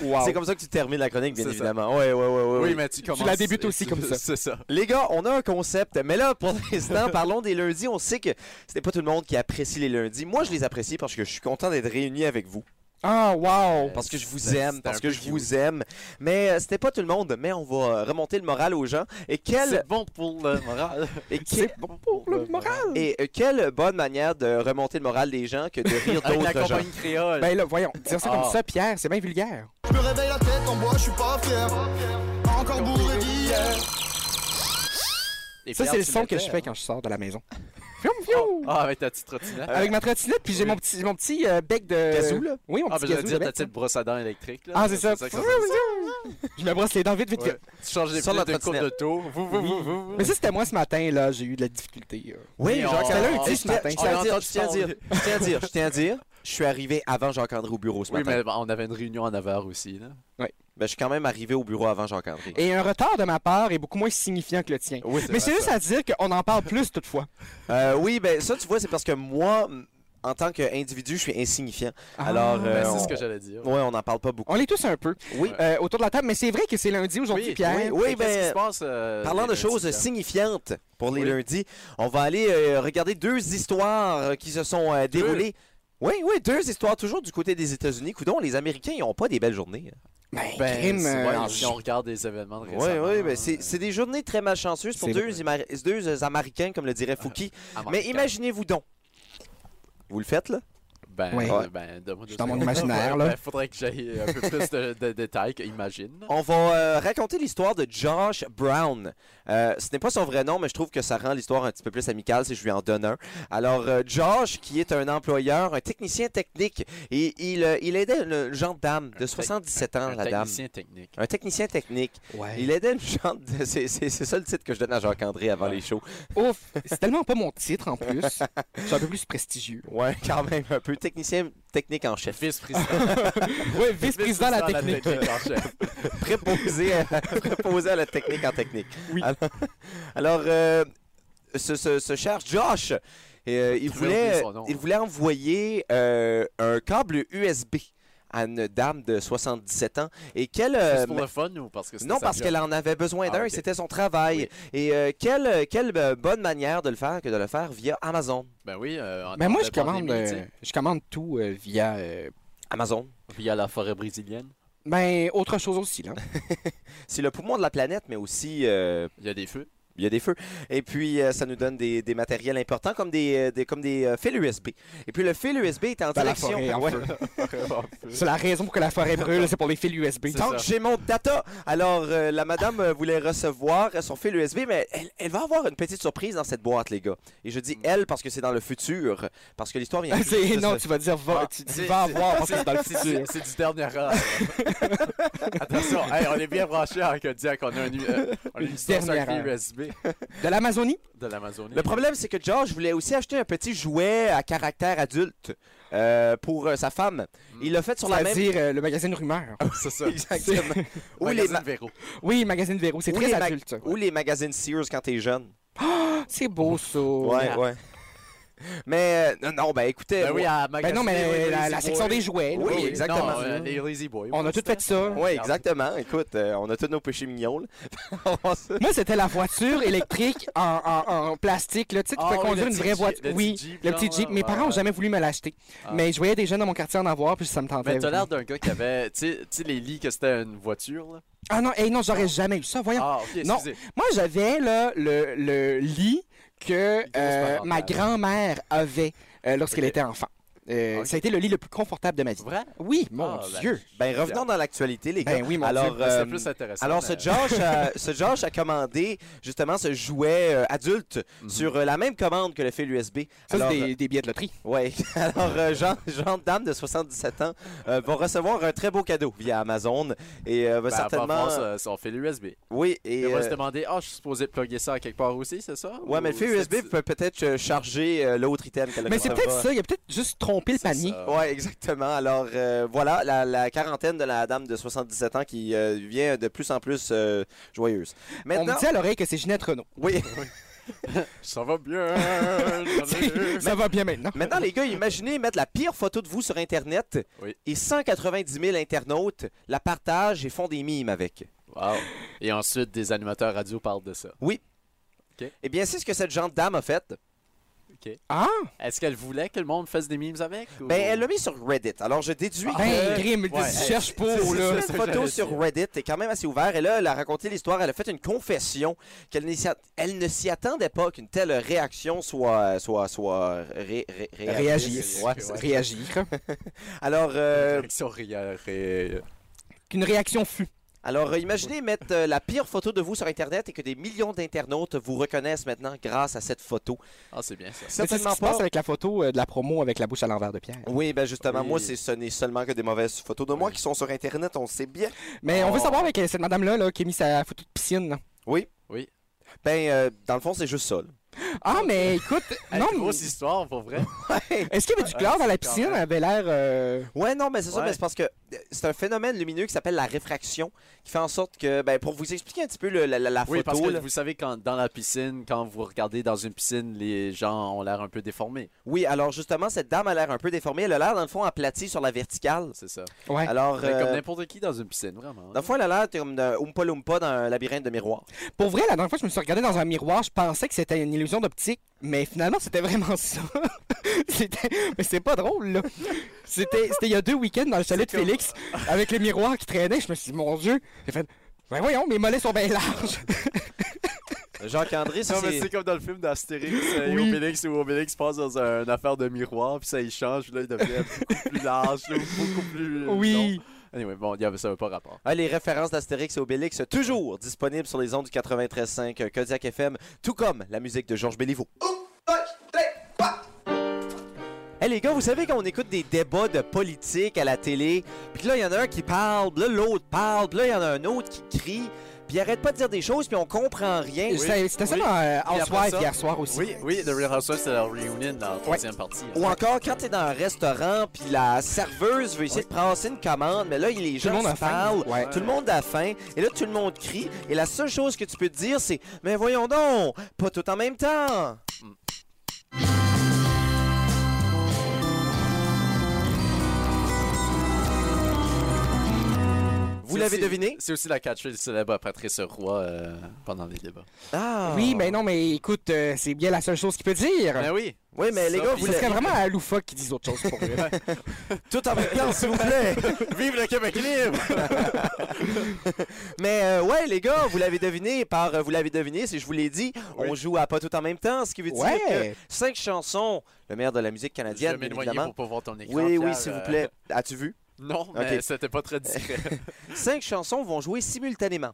[SPEAKER 3] Wow.
[SPEAKER 1] C'est comme ça que tu termines la chronique, bien
[SPEAKER 4] C'est ça.
[SPEAKER 1] évidemment. Ouais, ouais, ouais, ouais,
[SPEAKER 4] Oui,
[SPEAKER 1] ouais.
[SPEAKER 4] mais tu commences.
[SPEAKER 3] la débutes aussi comme ça.
[SPEAKER 4] C'est ça.
[SPEAKER 1] Les gars, on a un concept. Mais là, pour l'instant, parlons des lundis. On sait que c'était pas tout le monde qui apprécie les lundis. Moi, je les apprécie parce que je suis content d'être réuni avec vous.
[SPEAKER 3] Ah, wow!
[SPEAKER 1] Parce que je vous
[SPEAKER 4] C'était-
[SPEAKER 1] aime,
[SPEAKER 4] c'était
[SPEAKER 1] parce
[SPEAKER 4] Euh, un
[SPEAKER 1] que
[SPEAKER 4] peu
[SPEAKER 1] je
[SPEAKER 4] cute.
[SPEAKER 1] vous aime. Mais euh, c'était pas tout le monde. Mais on va euh, remonter le moral aux gens. Et quelle,
[SPEAKER 4] C'est bon pour le moral.
[SPEAKER 1] et quelle,
[SPEAKER 4] bon
[SPEAKER 3] Pour le moral!
[SPEAKER 1] et euh, quelle bonne manière de remonter le moral des gens que de rire
[SPEAKER 4] Avec la
[SPEAKER 1] d'autres gens.
[SPEAKER 4] compagnie créole.
[SPEAKER 3] Ben là, voyons, dire ça
[SPEAKER 4] Ah.
[SPEAKER 3] comme ça, Pierre, c'est bien vulgaire.
[SPEAKER 5] Je me réveille la tête en bois, je suis pas fier. Encore bourré d'hier.
[SPEAKER 4] Et
[SPEAKER 3] Ça,
[SPEAKER 4] Pierre,
[SPEAKER 3] c'est le
[SPEAKER 4] tu
[SPEAKER 3] son que
[SPEAKER 4] l'étais,
[SPEAKER 3] je fais
[SPEAKER 4] hein?
[SPEAKER 3] quand je sors de la maison. Fium, fium.
[SPEAKER 4] Ah, avec ta petite trottinette.
[SPEAKER 3] Avec ma trottinette, puis j'ai mon petit, mon petit euh, bec de.
[SPEAKER 1] Gazou, là?
[SPEAKER 3] Oui, mon
[SPEAKER 4] Ah,
[SPEAKER 3] petit
[SPEAKER 4] ben, je veux
[SPEAKER 3] gazou.
[SPEAKER 4] dire,
[SPEAKER 3] de
[SPEAKER 4] ta
[SPEAKER 3] bec.
[SPEAKER 4] petite brosse à dents électrique. Là.
[SPEAKER 3] Ah, c'est ça.
[SPEAKER 4] que ça dit.
[SPEAKER 3] Je me brosse les dents vite, vite, vite.
[SPEAKER 4] Ouais. Tu changes les
[SPEAKER 1] Sur
[SPEAKER 4] piles
[SPEAKER 1] la
[SPEAKER 4] de courbe de
[SPEAKER 1] trottinette.
[SPEAKER 4] taux. Vous, vous, vous, vous, vous.
[SPEAKER 3] Mais ça, c'était moi ce matin, là, j'ai eu de la difficulté. euh.
[SPEAKER 1] Oui,
[SPEAKER 4] Mais on-
[SPEAKER 1] Jacques,
[SPEAKER 4] on-
[SPEAKER 1] Alain,
[SPEAKER 4] on-
[SPEAKER 1] tu sais,
[SPEAKER 3] on-
[SPEAKER 1] je tiens- je
[SPEAKER 4] on
[SPEAKER 1] tiens à dire,
[SPEAKER 4] entend
[SPEAKER 1] je tiens à
[SPEAKER 4] tout
[SPEAKER 1] dire, je tiens à dire, je tiens à dire, je suis arrivé avant Jacques-André au bureau ce
[SPEAKER 4] Oui,
[SPEAKER 1] matin.
[SPEAKER 4] mais on avait une réunion à 9h aussi. Là.
[SPEAKER 1] Ben, je suis quand même arrivé au bureau avant Jacques-André.
[SPEAKER 3] Et un retard de ma part est beaucoup moins signifiant que le tien.
[SPEAKER 1] Oui,
[SPEAKER 3] Mais c'est juste à dire qu'on en parle plus toutefois.
[SPEAKER 1] Euh, oui, ben ça, tu vois, c'est parce que moi, m- en tant qu'individu, je suis insignifiant.
[SPEAKER 3] Ah.
[SPEAKER 1] Alors, euh,
[SPEAKER 4] Ben,
[SPEAKER 1] on...
[SPEAKER 4] c'est ce que j'allais dire.
[SPEAKER 1] ouais, on n'en parle pas beaucoup.
[SPEAKER 3] On l'est tous un peu
[SPEAKER 1] Oui.
[SPEAKER 3] euh, autour de la table, mais c'est vrai que c'est lundi aujourd'hui,
[SPEAKER 4] Oui,
[SPEAKER 1] oui,
[SPEAKER 3] Pierre.
[SPEAKER 4] Mais Qu'est-ce qui
[SPEAKER 1] ben,
[SPEAKER 4] se passe? euh,
[SPEAKER 1] Parlant de
[SPEAKER 4] les
[SPEAKER 1] choses
[SPEAKER 4] lundis,
[SPEAKER 1] signifiantes pour les
[SPEAKER 4] Oui.
[SPEAKER 1] lundis, on va aller euh, regarder deux histoires euh, qui se sont euh, déroulées. Oui, oui, deux histoires, toujours du côté des États-Unis. Coudon, les Américains, ils n'ont pas des belles journées. hein,
[SPEAKER 3] Ben,
[SPEAKER 4] Ben,
[SPEAKER 3] crime,
[SPEAKER 4] c'est-
[SPEAKER 3] euh,
[SPEAKER 4] ouais,
[SPEAKER 3] en-
[SPEAKER 4] si on regarde des événements de
[SPEAKER 1] Oui,
[SPEAKER 4] récemment,
[SPEAKER 1] oui, ben
[SPEAKER 4] euh,
[SPEAKER 1] c'est c'est des journées très malchanceuses pour
[SPEAKER 3] C'est
[SPEAKER 1] deux, Ima- deux euh, Américains, comme le dirait Fouki. Mais
[SPEAKER 4] Américains.
[SPEAKER 1] imaginez-vous donc. Euh, Vous le faites, là?
[SPEAKER 4] Ben,
[SPEAKER 3] Ouais.
[SPEAKER 4] euh, ben, donne-moi deux
[SPEAKER 3] dans mon
[SPEAKER 4] secondes.
[SPEAKER 3] imaginaire, là.
[SPEAKER 4] Ben, faudrait que j'aille un peu plus de, de détails qu'imagine.
[SPEAKER 1] On va euh, raconter l'histoire de Josh Brown. Euh, ce n'est pas son vrai nom, mais je trouve que ça rend l'histoire un petit peu plus amicale si je lui en donne un. Alors, euh, Josh, qui est un employeur, un technicien technique, et il, euh, il aidait une jeune dame de 77 ans,
[SPEAKER 4] un
[SPEAKER 1] la dame.
[SPEAKER 4] technicien technique.
[SPEAKER 1] Un technicien technique.
[SPEAKER 3] ouais.
[SPEAKER 1] Il aidait une jeune... de- C'est c'est- c'est ça le titre que je donne à Jacques-André avant les shows.
[SPEAKER 3] Ouf, c'est tellement pas mon titre en plus. C'est un peu plus prestigieux.
[SPEAKER 1] Ouais, quand même, un peu technicien technique en chef.
[SPEAKER 4] Vice-président.
[SPEAKER 3] Ouais, vice-président de la technique.
[SPEAKER 4] en chef.
[SPEAKER 1] préposé à, préposé à la technique en technique. Alors, alors, euh, ce, ce- ce cher Josh, euh, il,
[SPEAKER 4] J'avais oublié
[SPEAKER 1] voulait,
[SPEAKER 4] son nom. hein.
[SPEAKER 1] il voulait envoyer euh, un câble USB à une dame de 77 ans. Et quelle... euh,
[SPEAKER 4] Juste pour le fun ou parce que c'était
[SPEAKER 1] non,
[SPEAKER 4] sa
[SPEAKER 1] parce
[SPEAKER 4] job?
[SPEAKER 1] qu'elle en avait besoin d'un,
[SPEAKER 4] Ah,
[SPEAKER 1] et
[SPEAKER 4] ok.
[SPEAKER 1] c'était son travail.
[SPEAKER 4] Oui.
[SPEAKER 1] Et euh, quelle, quelle euh, bonne manière de le faire que de le faire via Amazon.
[SPEAKER 4] Ben oui. euh, en
[SPEAKER 3] Mais moi,
[SPEAKER 4] temps
[SPEAKER 3] je
[SPEAKER 4] de pandémie,
[SPEAKER 3] commande, euh,
[SPEAKER 4] tu sais,
[SPEAKER 3] je commande tout euh, via. euh,
[SPEAKER 1] Amazon,
[SPEAKER 4] Via la forêt brésilienne.
[SPEAKER 3] ben, autre chose aussi, là.
[SPEAKER 1] c'est le poumon de la planète, mais aussi euh,
[SPEAKER 4] Il y a des feux.
[SPEAKER 1] Il y a des feux. Et puis, euh, ça nous donne des, des matériels importants comme des, euh, des- comme des euh, fils USB. Et puis, le fil USB est en
[SPEAKER 3] Dans la
[SPEAKER 1] direction.
[SPEAKER 3] forêt, ah en
[SPEAKER 1] Ouais.
[SPEAKER 3] feu. C'est la raison pour que la forêt brûle, c'est pour les fils USB.
[SPEAKER 4] C'est
[SPEAKER 1] Tant
[SPEAKER 4] ça.
[SPEAKER 1] que j'ai mon data! Alors, euh, la madame euh, voulait recevoir son fil USB, mais elle, elle va avoir une petite surprise dans cette boîte, les gars. Et je dis elle parce que c'est dans le futur. Parce que l'histoire vient.
[SPEAKER 3] Ah,
[SPEAKER 1] juste
[SPEAKER 3] c'est-
[SPEAKER 1] de
[SPEAKER 3] non,
[SPEAKER 1] se-
[SPEAKER 3] tu vas dire va,
[SPEAKER 4] Ah,
[SPEAKER 3] tu
[SPEAKER 4] c'est-
[SPEAKER 3] dis va voir parce que c'est dans le
[SPEAKER 4] C'est
[SPEAKER 3] futur.
[SPEAKER 4] du- c'est du dernier rang. Attention, hey, on est bien branché en Kodiak. On a une, euh, on a une licence
[SPEAKER 3] Dernière
[SPEAKER 4] avec
[SPEAKER 3] heure.
[SPEAKER 4] USB
[SPEAKER 3] De l'Amazonie?
[SPEAKER 4] de l'Amazonie.
[SPEAKER 1] Le problème, c'est que George voulait aussi acheter un petit jouet à caractère adulte euh, pour euh, sa femme. Il l'a fait sur la même.
[SPEAKER 3] C'est-à-dire euh, le magazine Rumeur.
[SPEAKER 4] c'est ça.
[SPEAKER 1] Exactement. Ou les,
[SPEAKER 4] Magazine
[SPEAKER 1] ma-
[SPEAKER 4] Véro.
[SPEAKER 3] Oui, magazine Véro, c'est
[SPEAKER 1] Ou
[SPEAKER 3] très
[SPEAKER 1] les mag-
[SPEAKER 3] adulte.
[SPEAKER 1] ou les magazines Sears quand t'es jeune.
[SPEAKER 3] C'est beau ça.
[SPEAKER 1] Ouais, ouais. Mais euh, non, ben euh, écoutez.
[SPEAKER 4] Ben oui, à
[SPEAKER 3] Ben
[SPEAKER 4] magasiner,
[SPEAKER 3] non,
[SPEAKER 4] oui,
[SPEAKER 3] mais
[SPEAKER 4] les
[SPEAKER 3] la,
[SPEAKER 4] Lazy
[SPEAKER 3] la section
[SPEAKER 4] Boys.
[SPEAKER 3] des jouets. là.
[SPEAKER 1] Oui,
[SPEAKER 4] non,
[SPEAKER 1] exactement.
[SPEAKER 4] euh, les Lazy Boys.
[SPEAKER 3] On a tout fait ça.
[SPEAKER 1] Oui, exactement. Écoute, euh, on a tous nos péchés mignons. là. On va se-
[SPEAKER 3] Moi, c'était la voiture électrique en, en- en plastique. Là. Tu sais, tu
[SPEAKER 4] Ah
[SPEAKER 3] peux
[SPEAKER 4] oui,
[SPEAKER 3] conduire
[SPEAKER 4] le
[SPEAKER 3] une
[SPEAKER 4] petit
[SPEAKER 3] vraie
[SPEAKER 4] Jeep-
[SPEAKER 3] voiture.
[SPEAKER 4] le
[SPEAKER 3] Oui,
[SPEAKER 4] petit Jeep,
[SPEAKER 3] le
[SPEAKER 4] genre,
[SPEAKER 3] petit Jeep.
[SPEAKER 4] là,
[SPEAKER 3] Mes
[SPEAKER 4] ouais,
[SPEAKER 3] parents n'ont
[SPEAKER 4] ouais.
[SPEAKER 3] jamais voulu me l'acheter.
[SPEAKER 4] Ah.
[SPEAKER 3] Mais je voyais des jeunes dans mon quartier en avoir, puis ça me tentait.
[SPEAKER 4] Mais t'as
[SPEAKER 3] vraiment.
[SPEAKER 4] l'air d'un gars qui avait. Tu sais- tu sais, les lits que c'était une voiture, là.
[SPEAKER 3] Ah non, hey, non j'aurais jamais eu ça, voyons.
[SPEAKER 4] Ah, ok,
[SPEAKER 3] Non.
[SPEAKER 4] excusez.
[SPEAKER 3] Moi, j'avais là, le, le lit que euh,
[SPEAKER 4] parentale.
[SPEAKER 3] ma grand-mère avait euh, lorsqu'elle
[SPEAKER 4] Ok.
[SPEAKER 3] était enfant. Euh,
[SPEAKER 4] Ok.
[SPEAKER 3] Ça a été le lit le plus confortable de ma vie.
[SPEAKER 1] Euh,
[SPEAKER 4] Vrai?
[SPEAKER 3] Oui, mon
[SPEAKER 4] Ah, ben,
[SPEAKER 3] Dieu.
[SPEAKER 1] Ben revenons dans l'actualité, les gars.
[SPEAKER 3] Ben oui, mon
[SPEAKER 1] Alors,
[SPEAKER 4] Ben,
[SPEAKER 1] euh,
[SPEAKER 4] C'est plus intéressant.
[SPEAKER 1] Alors, ce
[SPEAKER 4] mais-
[SPEAKER 1] Josh, a, ce Josh a commandé justement ce jouet euh, adulte sur euh, la même commande que le fil USB.
[SPEAKER 3] Mhm. Ça,
[SPEAKER 1] Alors,
[SPEAKER 3] c'est
[SPEAKER 4] ben,
[SPEAKER 3] des, des billets de loterie.
[SPEAKER 1] euh, ouais. Alors, euh, Jean, Jean de Dame de 77 ans euh, va recevoir un très beau cadeau via Amazon et euh, va
[SPEAKER 4] Ben,
[SPEAKER 1] certainement.
[SPEAKER 4] en France, euh, on fait l'USB.
[SPEAKER 1] Oui, et.
[SPEAKER 4] Et on va
[SPEAKER 1] euh,
[SPEAKER 4] se demander, ah, je suis supposé plugger ça à quelque part aussi, c'est ça?
[SPEAKER 1] Ouais, mais le fil
[SPEAKER 4] Ou
[SPEAKER 1] USB
[SPEAKER 4] c'est-
[SPEAKER 1] peut peut-être euh, charger euh, l'autre item qu'elle
[SPEAKER 3] Mais c'est
[SPEAKER 1] recevra.
[SPEAKER 3] peut-être ça. Il a peut-être juste trompé le
[SPEAKER 4] c'est
[SPEAKER 3] panier.
[SPEAKER 4] ça.
[SPEAKER 1] Ouais, exactement. Alors euh, voilà la, la quarantaine de la dame de 77 ans qui euh, vient de plus en plus euh, joyeuse.
[SPEAKER 3] On
[SPEAKER 1] Maintenant,
[SPEAKER 3] me dit à l'oreille que c'est Ginette Renault.
[SPEAKER 1] oui.
[SPEAKER 4] Ça va bien.
[SPEAKER 3] ça va bien maintenant.
[SPEAKER 1] Maintenant, les gars, imaginez mettre la pire photo de vous sur Internet
[SPEAKER 4] Oui.
[SPEAKER 1] et 190 000 internautes la partagent et font des mimes avec.
[SPEAKER 4] wow. Et ensuite, des animateurs radio parlent de ça.
[SPEAKER 1] Eh bien, c'est ce que cette gente dame a fait.
[SPEAKER 3] Ah!
[SPEAKER 4] Est-ce qu'elle voulait que le monde fasse des memes avec? ou-
[SPEAKER 1] Ben, elle l'a mis sur Reddit. Alors, je déduis
[SPEAKER 3] Oh. Ben,
[SPEAKER 1] que...
[SPEAKER 3] Grim,
[SPEAKER 4] ouais.
[SPEAKER 3] tu cherches pour,
[SPEAKER 1] C'est
[SPEAKER 3] là.
[SPEAKER 1] ça, Cette photo sur Reddit est quand même assez ouverte. Et là, elle a raconté l'histoire. Elle a fait une confession qu'elle n'y s'y att- elle ne s'y attendait pas qu'une telle réaction soit soit soit ré- ré-
[SPEAKER 3] Réagisse.
[SPEAKER 1] Ouais.
[SPEAKER 4] c'est-
[SPEAKER 3] Réagir.
[SPEAKER 1] Alors euh,
[SPEAKER 4] Ils sont ri- ri-
[SPEAKER 3] Qu'une réaction fut.
[SPEAKER 1] Alors, euh, imaginez mettre euh, la pire photo de vous sur Internet et que des millions d'internautes vous reconnaissent maintenant grâce à cette photo.
[SPEAKER 4] Ah, c'est bien ça.
[SPEAKER 3] C'est ce qui se passe avec la photo euh, de la promo avec la bouche à l'envers de Pierre.
[SPEAKER 1] Oui, ben justement,
[SPEAKER 4] Oui.
[SPEAKER 1] moi, c'est, ce n'est seulement que des mauvaises photos de moi qui sont sur Internet, on le sait bien.
[SPEAKER 3] Mais on veut
[SPEAKER 4] Oh.
[SPEAKER 3] savoir avec euh, cette madame-là là, qui a mis sa photo de piscine. là.
[SPEAKER 1] Ben, euh, dans le fond, c'est juste ça. là.
[SPEAKER 3] Ah, mais écoute,
[SPEAKER 4] Hey,
[SPEAKER 3] non,
[SPEAKER 4] grosse histoire, pour vrai.
[SPEAKER 3] est-ce qu'il y avait du chlore dans la piscine? Elle avait l'air. euh,
[SPEAKER 1] Ouais, non, mais c'est ça,
[SPEAKER 4] Ouais.
[SPEAKER 1] mais c'est parce que euh, c'est un phénomène lumineux qui s'appelle la réfraction, qui fait en sorte que, ben, pour vous expliquer un petit peu le- la, la- la
[SPEAKER 4] Oui, parce
[SPEAKER 1] photo,
[SPEAKER 4] que
[SPEAKER 1] là.
[SPEAKER 4] vous savez, quand, dans la piscine, quand vous regardez dans une piscine, les gens ont l'air un peu déformés.
[SPEAKER 1] oui, alors justement, cette dame a l'air un peu déformée, elle a l'air, dans le fond, aplatie sur la verticale.
[SPEAKER 4] C'est ça.
[SPEAKER 3] Ouais.
[SPEAKER 1] Alors,
[SPEAKER 4] Mais
[SPEAKER 1] euh,
[SPEAKER 4] Comme n'importe qui dans une piscine, vraiment.
[SPEAKER 1] dans le fond, elle a l'air comme d'un Oompa Loompa dans un labyrinthe de miroirs.
[SPEAKER 3] Pour vrai, la dernière fois que je me suis regardé dans un miroir, je pensais que c'était une illusion d'optique, mais finalement, c'était vraiment ça. c'était... Mais c'est pas drôle, là. C'était... c'était il y a deux week-ends dans le chalet de
[SPEAKER 4] C'est comme-
[SPEAKER 3] Félix, avec le miroir qui traînait. Je me suis dit, mon Dieu. J'ai fait, ben voyons, mes mollets sont bien larges.
[SPEAKER 1] Jacques-André, ça,
[SPEAKER 4] Non, mais
[SPEAKER 1] c'est-
[SPEAKER 4] c'est comme dans le film d'Astérix euh, et
[SPEAKER 3] Oui.
[SPEAKER 4] Obélix, où Obélix passe dans un- une affaire de miroir, puis ça, il change, puis là, il devient beaucoup plus large, là, ou beaucoup plus...
[SPEAKER 3] oui.
[SPEAKER 4] non. Anyway, bon, il y avait- ça n'avait pas rapport.
[SPEAKER 1] Ah, les références d'Astérix et Obélix, toujours disponibles sur les ondes du 93.5 Kodiak FM, tout comme la musique de Georges Béliveau. Hey les gars, vous savez qu'on écoute des débats de politique à la télé, puis que là il y en a un qui parle, puis là l'autre parle, puis là il y en a un autre qui crie, puis il arrête pas de dire des choses puis on comprend rien.
[SPEAKER 3] C'était, c'était ça
[SPEAKER 4] Oui.
[SPEAKER 3] dans euh,
[SPEAKER 4] après
[SPEAKER 3] Housewives
[SPEAKER 4] ça-
[SPEAKER 3] hier soir aussi.
[SPEAKER 4] Oui, oui, The Real Housewives, c'est la reunion dans la troisième partie.
[SPEAKER 1] Ou encore quand t'es dans un restaurant puis la serveuse veut essayer de passer une commande, mais là il- les
[SPEAKER 3] Tout
[SPEAKER 1] gens
[SPEAKER 3] le monde a
[SPEAKER 1] se
[SPEAKER 3] faim.
[SPEAKER 1] parlent,
[SPEAKER 3] Ouais.
[SPEAKER 1] tout le monde a faim, et là tout le monde crie, et la seule chose que tu peux te dire c'est mais voyons donc, pas tout en même temps. Vous
[SPEAKER 4] C'est
[SPEAKER 1] l'avez
[SPEAKER 4] aussi-
[SPEAKER 1] deviné
[SPEAKER 4] C'est aussi la catchphrase célèbre à Patrice Roy euh, pendant les débats.
[SPEAKER 1] Ah.
[SPEAKER 3] Oui, ben, mais non, mais écoute, euh, c'est bien la seule chose qu'il peut dire.
[SPEAKER 4] Ben oui!
[SPEAKER 1] Oui, mais les
[SPEAKER 4] Ça,
[SPEAKER 1] gars,
[SPEAKER 4] puis
[SPEAKER 1] vous
[SPEAKER 3] Ce
[SPEAKER 1] l'avez
[SPEAKER 3] serait vraiment à loufoque qu'ils disent autre chose pour eux.
[SPEAKER 1] tout en même temps, s'il vous plaît.
[SPEAKER 4] Vive le Québec libre!
[SPEAKER 1] Mais euh, ouais, les gars, vous l'avez deviné par euh, vous l'avez deviné, si je vous l'ai dit, on joue à pas tout en même temps, ce qui veut dire que
[SPEAKER 3] ouais.
[SPEAKER 1] Cinq chansons. Le maire de la musique
[SPEAKER 4] Je vais
[SPEAKER 1] canadienne, bien
[SPEAKER 4] m'éloigner
[SPEAKER 1] évidemment.
[SPEAKER 4] pour pas voir ton écran.
[SPEAKER 1] Oui, oui,
[SPEAKER 4] Pierre,
[SPEAKER 1] s'il vous
[SPEAKER 4] euh,
[SPEAKER 1] plaît. As-tu vu?
[SPEAKER 4] Non, mais
[SPEAKER 1] Ok.
[SPEAKER 4] c'était pas très discret.
[SPEAKER 1] Cinq chansons vont jouer simultanément.